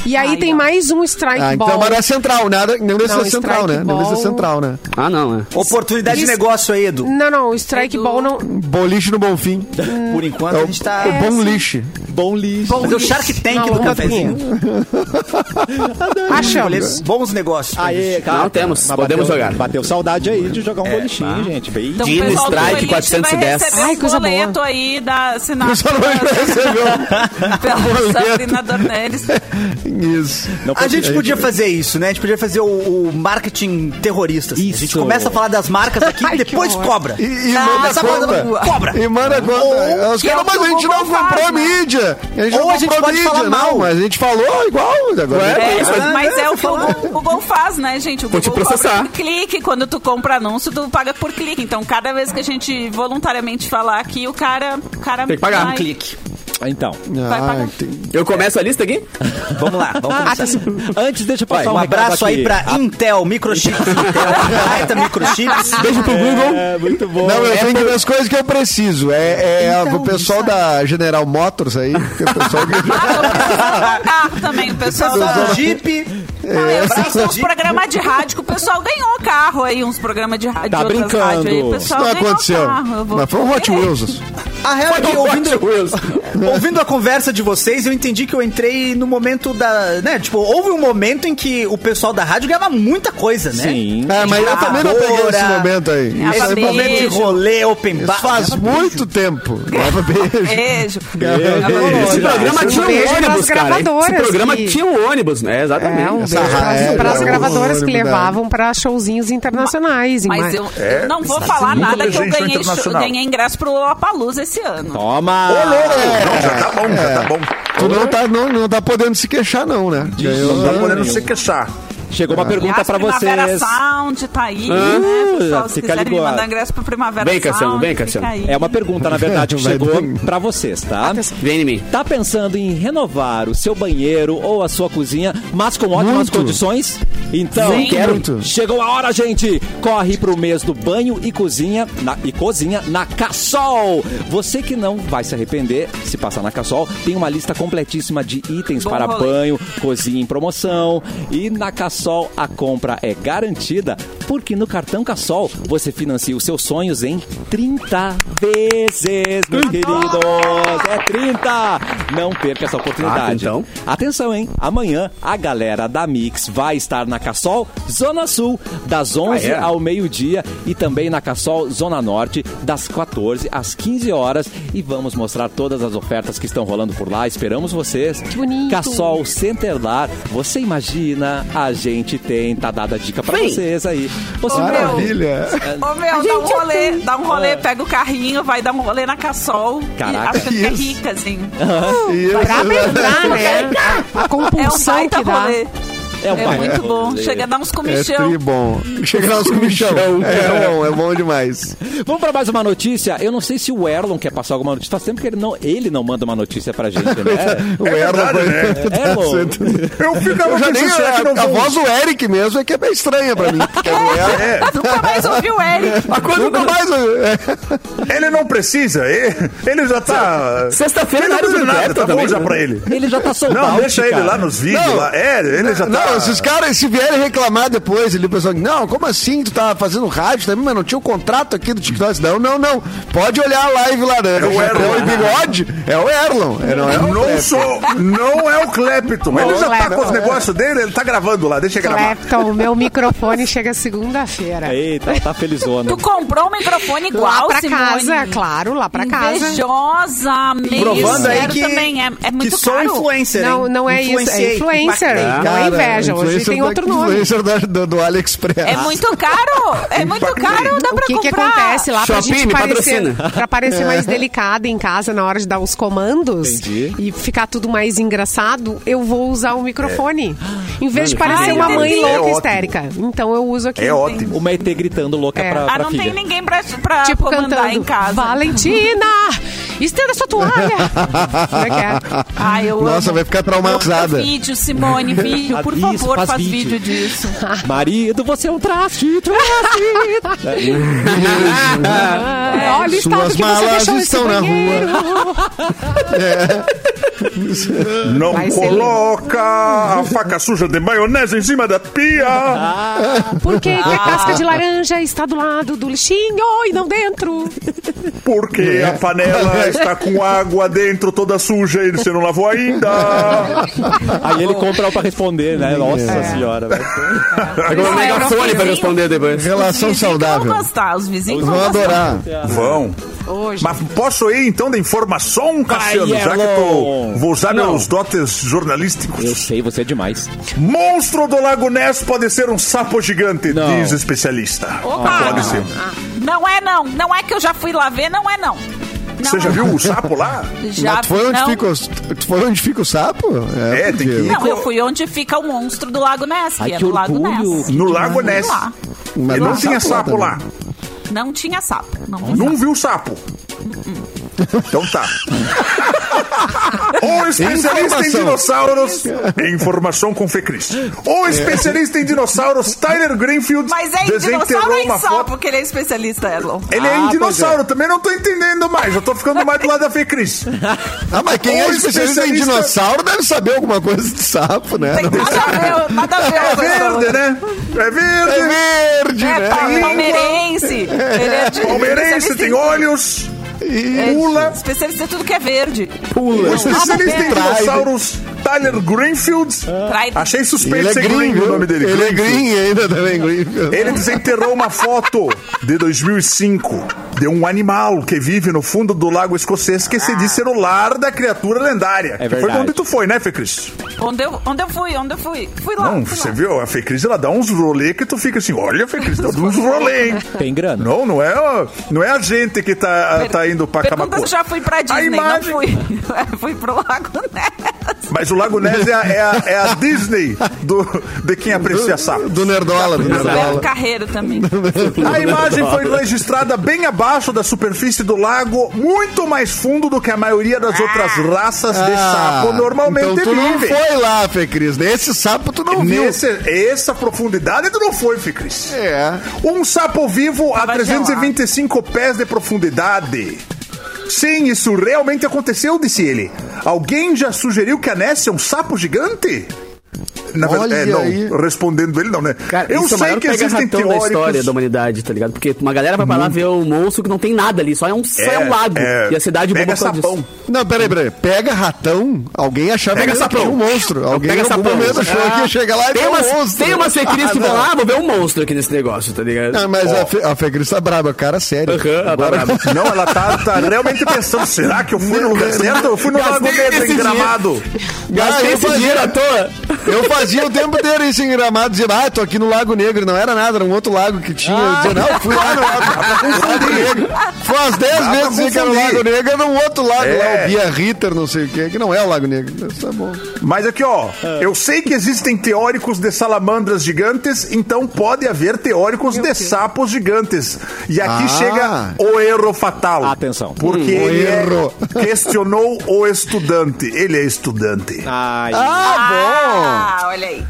E aí tem mais um Strike
Ah, então
Ball.
mas não é central, nada. Não deve
Não,
ser central, né? Não deve
strike
ser central, né?
Ah, não, é.
Oportunidade de
Isso.
negócio aí, Edu.
Não, não, o Strike
Edu.
Ball não...
Boliche no Bonfim.
Por enquanto,
É o,
a gente tá...
o bom lixo.
Bom lixo.
Fazer é o Shark Tank
Na
do
Lomba
cafezinho.
Achamos.
Bons negócios.
Aê, cara.
Não temos,
Mas
podemos
bateu-
jogar.
Bateu saudade aí de jogar um bolichinho, gente. Bem,
Então, o
Dino
pessoal do
Strike
Elite
410.
Vai
Ai,
Ai,
coisa
coisa
boa.
boleto aí da
O
Sinatra
Só não [LAUGHS] vai receber
pela
boleto.
Sabrina Dornelles.
um- Isso.
não
A
pode-
gente podia fazer isso, né? A gente podia fazer o, o marketing terrorista. assim. A gente
Isso.
começa a falar das marcas aqui
Ai,
e
que
depois
horror.
cobra. Tá,
E, e
Ah,
manda
essa
conta.
banda-
Cobra.
E manda conta. Os
que é
caras,
o que
mas
o
a gente não
Google faz,
comprou a
né?
mídia. A gente
Ou
não
a gente
comprou
pode falar mal.
Não, mas a gente falou igual. Agora
É,
mas-
mas é o que o
falar.
Google- o Google faz, né, gente? O
Vou te
Google
processar.
cobra por clique. Quando tu compra anúncio, tu paga por clique. Então, cada vez que a gente voluntariamente falar aqui, o cara... O cara
Tem que pagar.
vai-
Um clique.
Então,
Vai
Ah,
pagar. é
entendi.
Eu começo a lista aqui?
Vamos lá, vamos começar.
antes deixa eu passar
Um
Tá recado
abraço
aqui.
aí pra Intel, Microchips, Intel, baita Microchips.
Beijo pro Google.
É, muito bom.
Não, eu tenho as coisas que eu preciso. É, é
Então,
o pessoal da General Motors aí. que é o pessoal
[LAUGHS]
[LAUGHS] que-
Ah, eu preciso pagar também, o pessoal.
Pessoal
da-
do Jeep.
Ah,
É,
eu sei que
Abraço,
uns
Jeep.
programas de rádio que o pessoal ganhou carro aí, uns programas de rádio.
Tá
outras
brincando.
rádios aí, o
Isso
pessoal
não
ganhou
aconteceu.
Carro, eu vou-
Mas foi um Hot Wheels.
A real é que ouvindo,
Wilson.
Ouvindo a conversa de vocês, eu entendi que eu entrei no momento da. né? Tipo, houve um momento em que o pessoal da rádio ganhava muita coisa, né?
Sim.
É, mas eu também não peguei esse momento aí.
É,
Isso
Esse
Dava
aí-
momento de
beijo.
rolê open
isso
bar.
faz muito tempo. Dava beijo.
Beijo.
Esse programa
Um
tinha
beijo
um
pras
ônibus, cara. Esse
gravadoras
programa
que-
tinha um ônibus, né? Exatamente.
É, um
Essa
beijo
raiva,
para as
é,
gravadoras
é,
que
é,
levavam para showzinhos internacionais.
Mas eu eu não vou falar
É, tá muita
nada que eu
gente
ganhei, eu
internacional.
ganhei ingresso pro Lollapalooza esse
Então,
ano.
Toma!
Não, já tá bom,
É.
já tá bom.
Tu não tá, não, não tá podendo se queixar, não, né?
Não tá
Ganhou-
podendo se queixar.
Chegou uma pergunta
Aliás,
pra
Primavera
vocês.
Sound tá aí,
Ah,
né, pessoal? Se
fica
quiserem me
ligado.
mandar ingresso pro Primavera
Vem,
Sound,
Cassiano, vem,
fica
Cassiano.
aí.
É uma pergunta, na verdade, que
[LAUGHS] Vai
chegou
bem.
pra vocês, tá?
Vem em mim.
Tá pensando em renovar o seu banheiro ou a sua cozinha, mas com ótimas
Muito.
condições? Então,
Sim.
Quero.
Muito.
Chegou a hora, gente! Corre pro mês do banho e cozinha na, e cozinha na Cassol! Você que não vai se arrepender se passar na Cassol, tem uma lista completíssima de itens
Bom
para
rolê.
banho, cozinha em promoção. E na Cassol a compra é garantida Porque no cartão Cassol você financia os seus sonhos em 30 vezes, meus queridos. É 30! Não perca essa oportunidade.
Ah, então.
Atenção, hein? Amanhã a galera da Mix vai estar na Cassol Zona Sul, das 11
Ah, é?
ao meio-dia, e também na Cassol Zona Norte, das 14 às 15 horas. E vamos mostrar todas as ofertas que estão rolando por lá. Esperamos vocês. Que
bonito.
Cassol Centerlar. Você imagina? A gente tem. Tá dada a dica pra
Vem.
vocês aí. Você
Maravilha.
Ô, meu, dá um
é
rolê, dá um rolê, pega o carrinho, vai dar um rolê na Cassol.
Caraca.
e acha que é
Isso.
rica, assim.
Isso.
[LAUGHS]
Pra melhorar, né? A
um É um
compulsão
baita
que dá.
rolê.
É, um
É
baita
muito bom.
rolê.
Chega a dar uns
É
comichão.
tri bom. Chega lá os comichão. É bom, é bom demais.
Vamos pra mais uma notícia. Eu não sei se o Erlon quer passar alguma notícia. Faz tempo que ele não, ele não manda uma notícia pra gente,
[LAUGHS]
né?
O Erlon
verdade,
foi-
né?
[LAUGHS]
É
tá
Erlon.
sendo-
Eu ficava
Eu já nem
pensando, será que não
a, a
vão
voz do Eric mesmo é que é bem estranha pra mim. porque é-
É,
Nunca mais ouvi o Eric.
A coisa nunca mais. é.
ele não precisa, ele, ele já tá.
Sexta-feira
Ele
na área
não
do
precisa de
Clapton
nada, tá bom
também,
já
né?
pra ele.
Ele já tá soltado.
Não, deixa ele lá nos vídeos.
Não.
lá. É, ele já tá.
Não, se os caras se vierem reclamar depois, ele o pessoal, não, como assim? Tu tava fazendo rádio também, mas não tinha o contrato aqui do TikTok. Não, não, não. Pode olhar a live lá, né? É
o Erlon.
É o bigode, é o Erlon. É, não é o
Não
Kleber.
sou, não é o Clepton. Ele já tá com os negócios dele, ele tá gravando lá, deixa eu gravar.
Clapton, meu microfone chega segunda-feira.
Eita, tá felizona.
Tu comprou um microfone
Lá
igual,
pra
Simone? Um
casa, claro, lá pra casa.
Invejosa, mesmo.
Provando aí
Zero
que,
também. É, é muito
que sou
caro.
influencer. hein?
Não, não é isso, é
Influenciei,
influencer.
impactei.
Não é
Cara,
inveja, hoje
influencer
tem
da-
outro nome.
Influencer da, do, do AliExpress.
É muito caro. É muito caro, dá
O
pra
que, que
comprar.
acontece lá pra
Shopping,
gente
me
parecer,
patrocina.
pra parecer mais delicada em casa na hora de dar os comandos
Entendi.
e ficar tudo mais engraçado, eu vou usar o microfone. Em vez de
Olha,
parecer
ai,
uma mãe
entendi.
louca
É ótimo.
histérica. Então eu uso aqui.
É ótimo.
Uma ET gritando louca
É.
pra, pra
Ah, não
filha.
tem ninguém pra, pra
Tipo
comandar
cantando.
em casa.
Valentina! Estenda sua toalha! Como é que é?
Ai, eu
Nossa,
amo.
vai ficar traumatizada.
Manda Vídeo, Simone, vídeo. Por
Isso,
favor,
faz
faz,
vídeo.
vídeo. disso.
Marido, você é um traste,
[LAUGHS]
traste.
Ah, Olha o estado
Suas
que você
malas
deixou esse
estão na rua.
banheiro.
Não
Vai ser
coloca a faca suja de maionese em cima da pia.
Por
[LAUGHS]
que, que a casca de laranja está do lado do lixinho e não dentro?
Porque a panela está com água dentro toda suja e você não lavou ainda.
Aí ele compra um pra responder, né? Nossa senhora. velho.
É.
Agora o
Não, é, eu não
megafone pra
fiz.
responder depois.
tá Relação
Os vizinhos
saudável.
Vão gostar, os vizinhos vão
Vão
gostar.
adorar.
Vão.
Hoje.
Mas posso ir então da informação, Cassiano?
Vai,
Já que
Erlon.
tô, vou usar
Não.
meus dotes jornalísticos.
Eu sei, você é demais.
Monstro do Lago Ness pode ser um sapo gigante,
Não.
diz especialista.
Opa!
Ah, Pode ser.
Não é não. Não é que eu já fui lá ver, não é não. Não
Você já
é.
viu o sapo lá?
Já
Mas tu foi, onde
não.
fica os, tu foi onde fica o sapo?
É, tem que ir.
Não, eu fui onde fica o monstro do Lago Ness, que
Ai,
é
que
do Lago
orgulho.
Ness.
No Lago Ness.
Lá.
Mas
E não
tem
tinha sapo lá.
também.
Não tinha sapo. Não vi
Não
sapo.
viu sapo. Então
[LAUGHS]
tá. O especialista em
Informação.
dinossauros. Informação com Fecris. O especialista em dinossauros, Tyler Greenfield,
É. Mas é em dinossauro
desenterrou
ou em
uma
sapo
foto.
que ele é especialista, Elon?
Ele é em
Ah,
dinossauro, também não tô entendendo mais. Eu tô ficando mais do lado da [LAUGHS] Fecris.
Ah, mas quem é
Ou
especialista em
especialista-
dinossauro deve saber alguma coisa de sapo, né?
Tem
Não-
nada a ver, nada a ver.
É
Elon.
verde, né? É verde.
É verde,
É,
né?
pa-
Língua.
palmeirense. Ele é de-
Palmeirense, tem olhos.
E-
pula.
Especialista em tudo que é verde.
Pula.
O especialista em
Trai,
dinossauros, Tyler Greenfield.
Trai-
Achei
né?
suspeito
Ele é
ser
green,
Ah. gringo
viu?
o nome dele.
Ele é
Greenfield.
green ainda também, green.
Ele desenterrou uma foto de 2005 de um animal que vive no fundo do lago escocês que se diz ser o lar da criatura lendária. Que foi
verdade.
onde tu foi, né, Fecris?
Onde eu, onde eu fui, onde eu fui. Fui lá.
Não,
fui
você
lá.
viu? A Fecris, ela dá uns rolê que tu fica assim, olha, Fecris, tá dando uns rolê, hein?
Tem grana.
Não, não é, não é a gente que tá,
Per-
tá indo pra
Pergunta
Camacuã.
se já fui pra Disney.
imagem-
Não fui. [LAUGHS] fui pro Lago Ness.
Mas o Lago Ness é a, é a- é a Disney do, de quem aprecia sapo.
Do Nerdola, do
Roberto
Nerdola.
Carreiro também.
A imagem foi registrada bem abaixo da superfície do lago, muito mais fundo do que a maioria
Ah.
das outras raças de
Ah,
sapo normalmente
Então tu não
vivem.
foi lá, Fê Cris. Nesse sapo tu não viu.
Nesse, essa profundidade tu não foi, Ficris.
É.
Um sapo vivo a
Tava
325 pés de profundidade. Sim, isso realmente aconteceu, disse ele. Alguém já sugeriu que a Ness é um sapo gigante? na verdade, é,
Olha
não,
aí.
respondendo ele, não, né?
Cara,
eu
isso é o
sei
maior
que
pega
existem
ratão da
teóricos.
história da humanidade, tá ligado? Porque uma galera vai pra lá ver um monstro que não tem nada ali, só é um, só é um lago.
é,
e a cidade
pega
bomba por causa disso.
sapão.
Não, peraí, peraí. Pega ratão, alguém achava
Pega
que era
sapão.
um monstro.
Não,
Alguém
pega
em algum
sapão.
momento achou
Ah,
que ia chegar lá e
Tem
ver
umas,
um monstro.
tem umas fecris que
Ah,
vão
não.
lá, vou ver um monstro aqui nesse negócio, tá ligado?
Não, mas a, Fe, a Fecris tá braba, cara, sério.
Aham, ela tá brava.
Não, ela tá, tá realmente pensando, será que eu fui no lugar certo? Eu fui no Lago
Gastei
Neto,
esse
em Gramado.
Gastei
Ah, eu
esse
fazia.
dinheiro à toa.
Eu fazia o tempo inteiro isso em gramado, dizia, ah, tô aqui no Lago Negro. Não era nada, era um outro lago que tinha.
Ah.
Eu dizia, não, fui lá no
[LAUGHS] Um
Lago, Lago Negro. Foi umas 10
pra
vezes que era o
confundir.
Lago Negro, era um outro lago lá,
É.
o Bia Ritter, não sei o que, que não é o Lago Negro. Tá bom.
Mas aqui, ó, eu sei que existem teóricos de salamandras gigantes, então pode haver teóricos de sapos gigantes. E aqui
Ah.
chega o erro fatal.
Atenção.
Porque
Hum, o
ele é-
erro.
[LAUGHS] questionou o estudante. Ele é estudante.
Ai,
tá
Ah,
Ah, olha aí.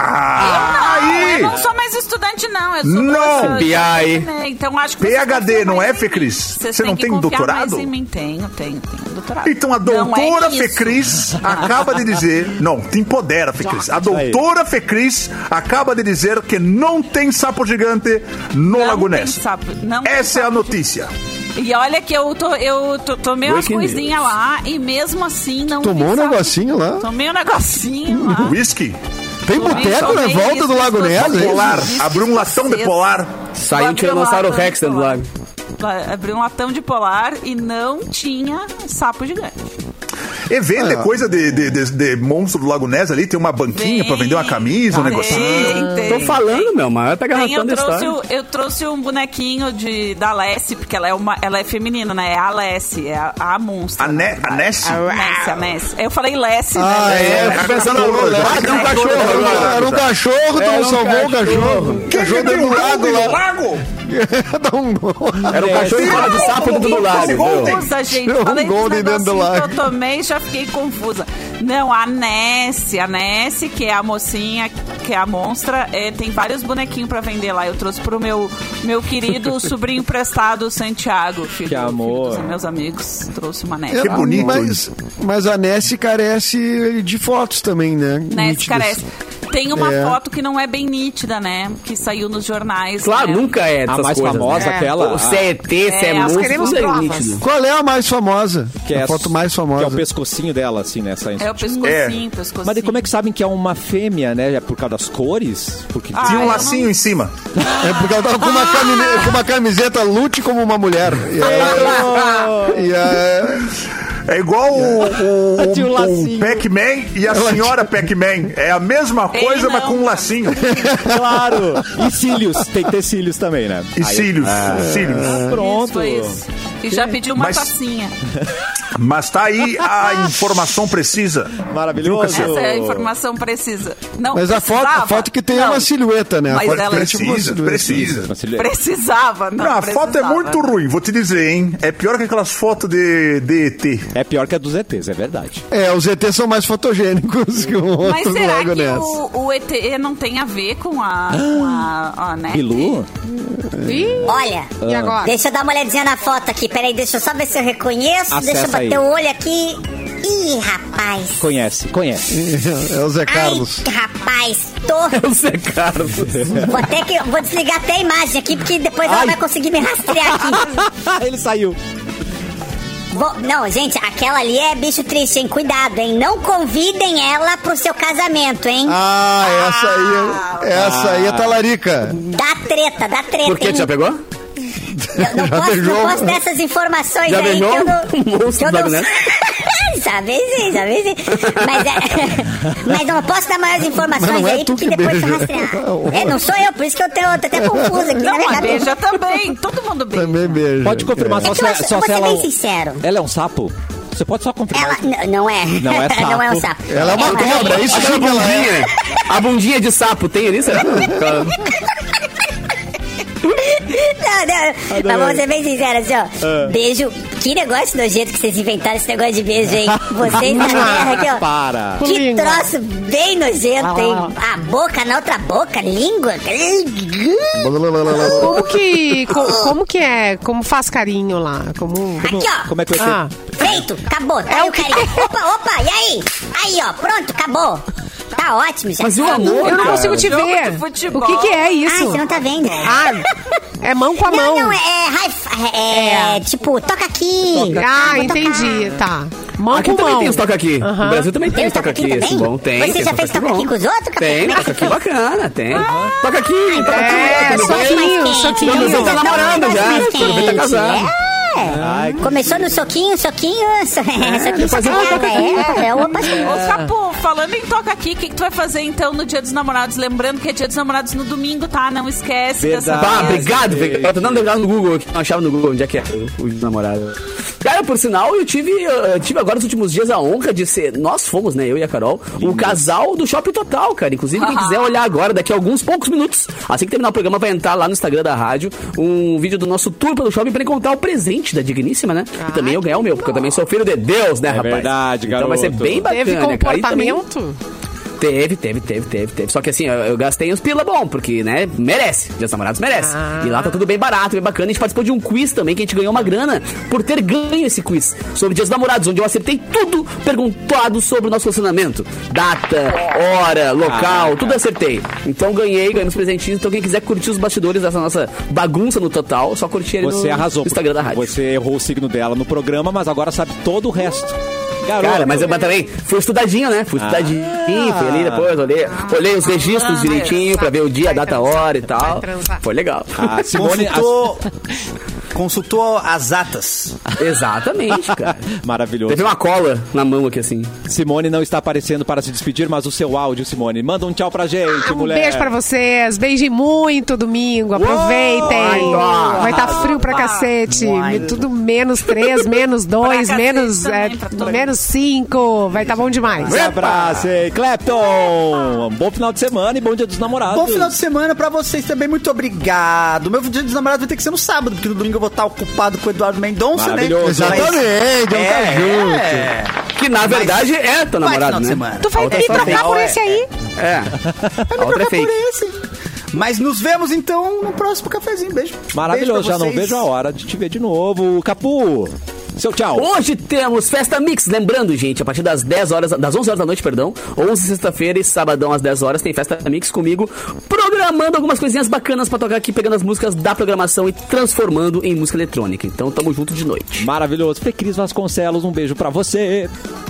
Ah, aí!
Eu não sou mais estudante, não. Eu sou
Não,
professora,
BI.
eu sou, né? Então acho que vocês
PhD,
confiam
não
mais
é,
em mim.
Fecris?
Vocês
Você
têm
não
que
tem
confiar
doutorado?
Mais em mim. Tenho, tenho, tenho um doutorado.
Então a
Não é
doutora
isso.
Fecris acaba de dizer. Não, te empodera, Fecris. A doutora Fecris acaba de dizer que não tem sapo gigante no
Não
Lago
tem
Ness.
sapo- não tem
Essa é a
sapo
notícia.
E olha que eu, tô, eu to- tomei umas
Breaking
coisinhas
news.
lá e mesmo assim não.
Tomou
vi
um
sapo.
negocinho lá?
Tomei um negocinho lá.
Whisky,
Tem
Tomei-
boteco na
tomei
volta
isso,
do Lago
mas
Nero,
tomei
hein?
polar.
Whisky
Abriu um latão de
francês.
polar.
Saiu um
Abriu
Tiranossauro
latão
Rex
de
dentro do
polar.
lago.
Abriu um latão de polar e não tinha sapo gigante.
E vende
Ah.
coisa de, de, de- de monstro do Lago Ness ali. Tem uma banquinha pra vender uma camisa, um
Tá.
negocinho.
Tem, tem,
Tô falando, meu, mas vai pegar
Tem,
ratão
eu,
da
trouxe,
história.
o- eu trouxe um bonequinho de, da Lessie, porque ela é, uma, ela é feminina, né? É a Lessie, é a, a monstra.
A, ne a Ness?
Nessie, a Nessie. Eu falei Lessie,
Ah,
né?
é,
Era
fui pensando
cachorro,
agora.
já.
Ah, tem um cachorro.
Era um
Era um cachorro, tu não salvou o [LAUGHS] cachorro. O Cachorro dentro do lago lá.
lago?
Ah,
Dá um nó.
É,
Era um cachorro em forma de sapo dentro do lago.
Golden.
entendeu?
Confusa, gente.
Tinha um
Falei um
golden dentro do
que eu
lago.
tomei já fiquei confusa. Não, a Nessie, a Nessie, que é a mocinha, que é a monstra, é, tem vários bonequinhos pra vender lá. Eu trouxe pro meu, meu querido sobrinho emprestado, Santiago. Filho,
Que amor.
Filho dos meus amigos. Trouxe uma Nessie.
Que bonito.
um Mas, mas a Nessie carece de fotos também, né?
Nessie
Nítidas.
carece. Tem uma
É.
foto que não é bem nítida, né? Que saiu nos jornais.
Claro,
né?
nunca é
a
dessas
mais
coisas,
famosa,
né?
aquela.
O
a-
CET, se é,
É, nós
monstro,
queremos
isso é
provas.
nítido.
Qual é a mais famosa?
que
a
é
foto mais famosa.
Que é o pescocinho dela, assim, né? saindo
É o
só de-
pescocinho,
É.
pescocinho.
Mas daí como é que sabem que é uma fêmea, né? É por causa das cores? Porque
Ah,
Tinha
eu
um
não-
lacinho em cima.
É porque ela tava com uma,
Ah!
camiseta, com uma camiseta lute como uma mulher. E aí-
[LAUGHS]
e aí-
É igual o, o,
Tinha um
o- o
lacinho.
Pac-Man e a senhora Pac-Man. É a mesma
Ele
coisa, mas
não.
com
[LAUGHS]
um lacinho.
claro! [LAUGHS] E cílios, tem que ter cílios também, né?
E
Aí-
cílios, cílios.
Ah,
Isso,
Pronto.
foi isso. E já pediu uma
Mas-
tacinha.
Mas tá aí a informação precisa.
Maravilhoso.
Essa é a informação precisa. Não,
mas a foto, a
precisava?
foto que tem é
Não.
uma silhueta, né? A
Mas
foto
ela
que tem
é
tipo uma
Precisa,
silhueta.
precisa.
é
Precisava, não.
Ah,
Não, a foto é
precisava. né?
muito ruim, vou te dizer, hein? É pior que aquelas fotos de, de ET.
É pior que a dos ETs, é verdade.
É, os ETs são mais fotogênicos [LAUGHS] que o outro
Mas será
logo
que
nessa. Ah,
o, o ET não tem a ver com a. com a, a né?
Bilu?
Ih,
Olha,
e
Ah.
agora?
deixa eu dar uma olhadinha na foto aqui. Peraí, deixa eu só ver se eu reconheço.
Acessa
deixa eu bater
aí.
o olho aqui. Ih, rapaz.
Conhece, conhece.
É o Zé Carlos.
Ai, rapaz, tô.
O Zé Carlos.
Vou, ter que, vou desligar até a imagem aqui, porque depois ela
Ai.
vai conseguir me rastrear aqui.
Ele saiu.
Vou- não, gente, aquela ali é bicho triste, hein? Cuidado, hein? Não convidem ela pro seu casamento, hein?
Ah, essa aí, é- essa aí é talarica.
Dá treta, dá treta,
Por quê?
hein?
Tu já pegou?
Eu não,
Já
posso,
beijou?
não posso dessas informações
Já
aí
beijou?
que eu
Um
não.
monstro
Que eu
do
não
Agnes.
[LAUGHS] já beijei, já beijei. Mas, é, [LAUGHS] mas não posso dar maiores
Mas
informações
não é
aí,
tu
porque
que
depois
beija.
tu rastrear. é, não sou eu, por isso que eu tô, tô até confusa aqui na
Não,
minha
a
cabeça.
beija também. Todo mundo beija.
Também beijo.
Pode confirmar
É
só
que
se,
eu
é-
acho-
só
vou
se
ser
ela.
bem sincero.
Ela é um sapo? Você pode só
Ela
confirmar.
n- não é.
Não é
[LAUGHS] não é um
sapo.
sapo.
Ela é uma cobra, isso
Aquela
sim que ela é.
bundinha. A bundinha de sapo tem ali, será?
Não, não. Mas vou ser bem sincera, assim, ó. Beijo. Que negócio nojento que vocês inventaram esse negócio de beijo, hein? Vocês na terra aqui, ó.
Para.
Que
Língua.
troço bem nojento, hein? A boca na outra boca, língua.
Como que, co- como que é? Como faz carinho lá? Como...
Aqui, ó.
Como é que vai ser?
Ah, É
Feito, acabou. Tá aí o carinho. Opa, opa, e aí? Aí, ó, pronto, acabou. Tá tá ótimo já.
Mas e o amor,
Eu não
cara?
consigo te
Jogo
ver.
de futebol.
O que, que é
Ai,
isso?
você não tá vendo.
Ah, é mão com a
não,
mão.
não, é, high fi- é, Tipo, toca aqui.
Ah,
vou tocar.
entendi. Tá. Mão
Aqui
com
também
mão.
tem os toca aqui.
Aham.
O Brasil também tem os toca aqui. Esse bom tem.
Você
tem
já
os Ah,
fez toca
bom.
aqui com os outros?
Tem, toca aqui bacana, tem. Toca aqui, toca
É,
aqui. tudo bem?
soquinho, soquinho.
Quando você tá namorando já, quando você tá casado.
É. Começou no soquinho, soquinho, [LAUGHS] so- soquinho,
depois eu
soquinho.
toco
É, é, opa,
Ô, Sapo, falando em toca aqui, o que, que tu vai fazer então no Dia dos Namorados? Lembrando que é Dia dos Namorados no domingo, tá? Não esquece dessa
Bah,
Verdade.
vez.
obrigado, Veiga. Eu tô dando olhada no Google aqui. Não achava no Google onde é que é o, o namorado. Cara, por sinal, eu tive, eh, tive agora nos últimos dias a honra de ser. Nós fomos, né? Eu e a Carol, o casal do Shopping Total, cara. Inclusive, quem quiser olhar agora, daqui a alguns poucos minutos, assim que terminar o programa, vai entrar lá no Instagram da rádio um vídeo do nosso tour pelo shopping pra encontrar o presente da Digníssima, né? e também eu ganhar o meu, porque eu também sou filho de Deus, né, rapaz?
É verdade,
Então vai ser
garoto.
bem bacana,
Teve
cara. E também-
comportamento?
Teve, teve, teve, teve, teve. Só que assim, eu, eu gastei uns pila bom, porque, né, merece. Dias Namorados merece.
Ah.
E lá tá tudo bem barato, bem bacana. A gente participou de um quiz também, que a gente ganhou uma grana por ter ganho esse quiz sobre Dias Namorados, onde eu acertei tudo perguntado sobre o nosso relacionamento. Data, hora, local, tudo acertei. Então ganhei, ganhei uns presentinhos. Então quem quiser curtir os bastidores dessa nossa bagunça no total, só curtir ali
Você
no
arrasou.
Instagram da rádio.
Você errou o signo dela no programa, mas agora sabe todo o resto. Garoto.
Cara, mas é eu mas também fui estudadinho, né? Fui estudadinho, fui ali depois, olhei, olhei os registros direitinho pra ver o dia, a data, a hora e tal.
transar.
Foi legal.
A Ah, Simone...
Consultou, consultou as atas.
Exatamente, cara.
a- Maravilhoso.
Teve uma cola na mão aqui, assim.
Simone não está aparecendo para se despedir, mas o seu áudio, Simone. Manda um tchau pra gente,
Um
mulher.
beijo pra vocês. Beijem muito domingo. Aproveitem.
Uou! Ai,
Vai estar frio pra cacete. Tudo menos 3, menos 2,
[LAUGHS] Pra cacete
menos,
também,
é,
pra todo mundo.
menos 5. Vai estar bom demais.
Um abraço, hein? Clapton. Um bom final de semana e bom dia dos namorados.
Bom final de semana pra vocês também, muito obrigado. Meu dia dos namorados vai ter que ser no sábado, porque no domingo eu vou estar ocupado com o Eduardo Mendonça, né?
Maravilhoso.
Exatamente,
Mas-
vamos tá junto.
é,
É. Que na verdade é teu
Vai final
namorado,
de
né?
semana.
Tu vai
Outra
me
só
trocar
fake.
por esse aí?
É. A outra é fake.
Mas nos vemos então no próximo cafezinho. Beijo.
Maravilhoso.
Beijo pra
Já não
vocês.
vejo a hora de te ver de novo. Capu, seu tchau.
Um.
Hoje temos Festa Mix. Lembrando, gente, a partir das 10 horas, das 11 horas da noite, perdão, 11 sexta-feira e sabadão às 10 horas tem Festa Mix comigo, programando algumas coisinhas bacanas pra tocar aqui, pegando as músicas da programação e transformando em música eletrônica. Então tamo junto de noite.
Maravilhoso. Fê Cris Vasconcelos, um beijo pra você.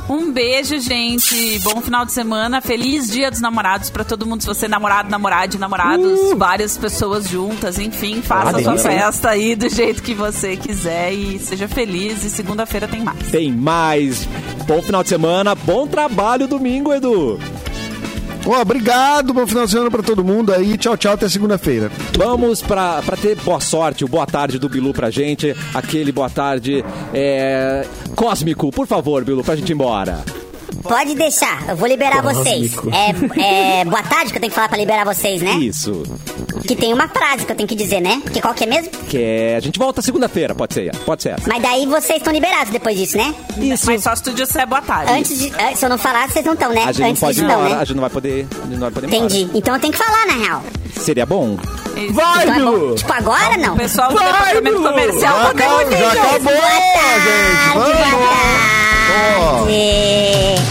Um beijo, gente. Bom final de semana. Feliz Dia dos Namorados pra todo mundo. Se você é namorado, namorado, de namorados, várias pessoas juntas, enfim, faça a sua
Uh! Ah, delícia, hein?
festa aí do jeito que você quiser e seja feliz. E segunda-feira tem mais.
Tem mais. Bom final de semana. Bom trabalho domingo, Edu.
Ó, obrigado, bom final de semana pra todo mundo aí. Tchau, tchau, até segunda-feira.
Vamos pra, pra ter boa sorte, o boa tarde do Bilu pra gente. Aquele boa tarde é, cósmico, por favor, Bilu, pra gente ir embora.
Pode deixar, eu vou liberar vocês. É, é, boa tarde, que eu tenho que falar pra liberar vocês, né?
Isso.
Que tem uma frase que eu tenho que dizer, né? Que qual que é mesmo?
Que é- a gente volta segunda-feira, pode ser. Pode ser.
Mas daí vocês estão liberados depois disso, né?
Mas só se tu disser boa tarde.
Antes de. an- Se eu não falar, vocês não estão, né?
A gente
Antes
não pode ir
disso, não,
embora, a
né?
gente não vai poder, a gente não vai poder ir embora.
Entendi. Então eu tenho que falar, na real.
Seria bom?
Vai,
Então é bom.
Bilu!
Tipo, agora não.
O pessoal do
Vai, Ah,
departamento
Bilu!
comercial
Já
tá
acabou, já
muito
acabou,
Boa tarde,
gente.
boa
Vamos.
tarde.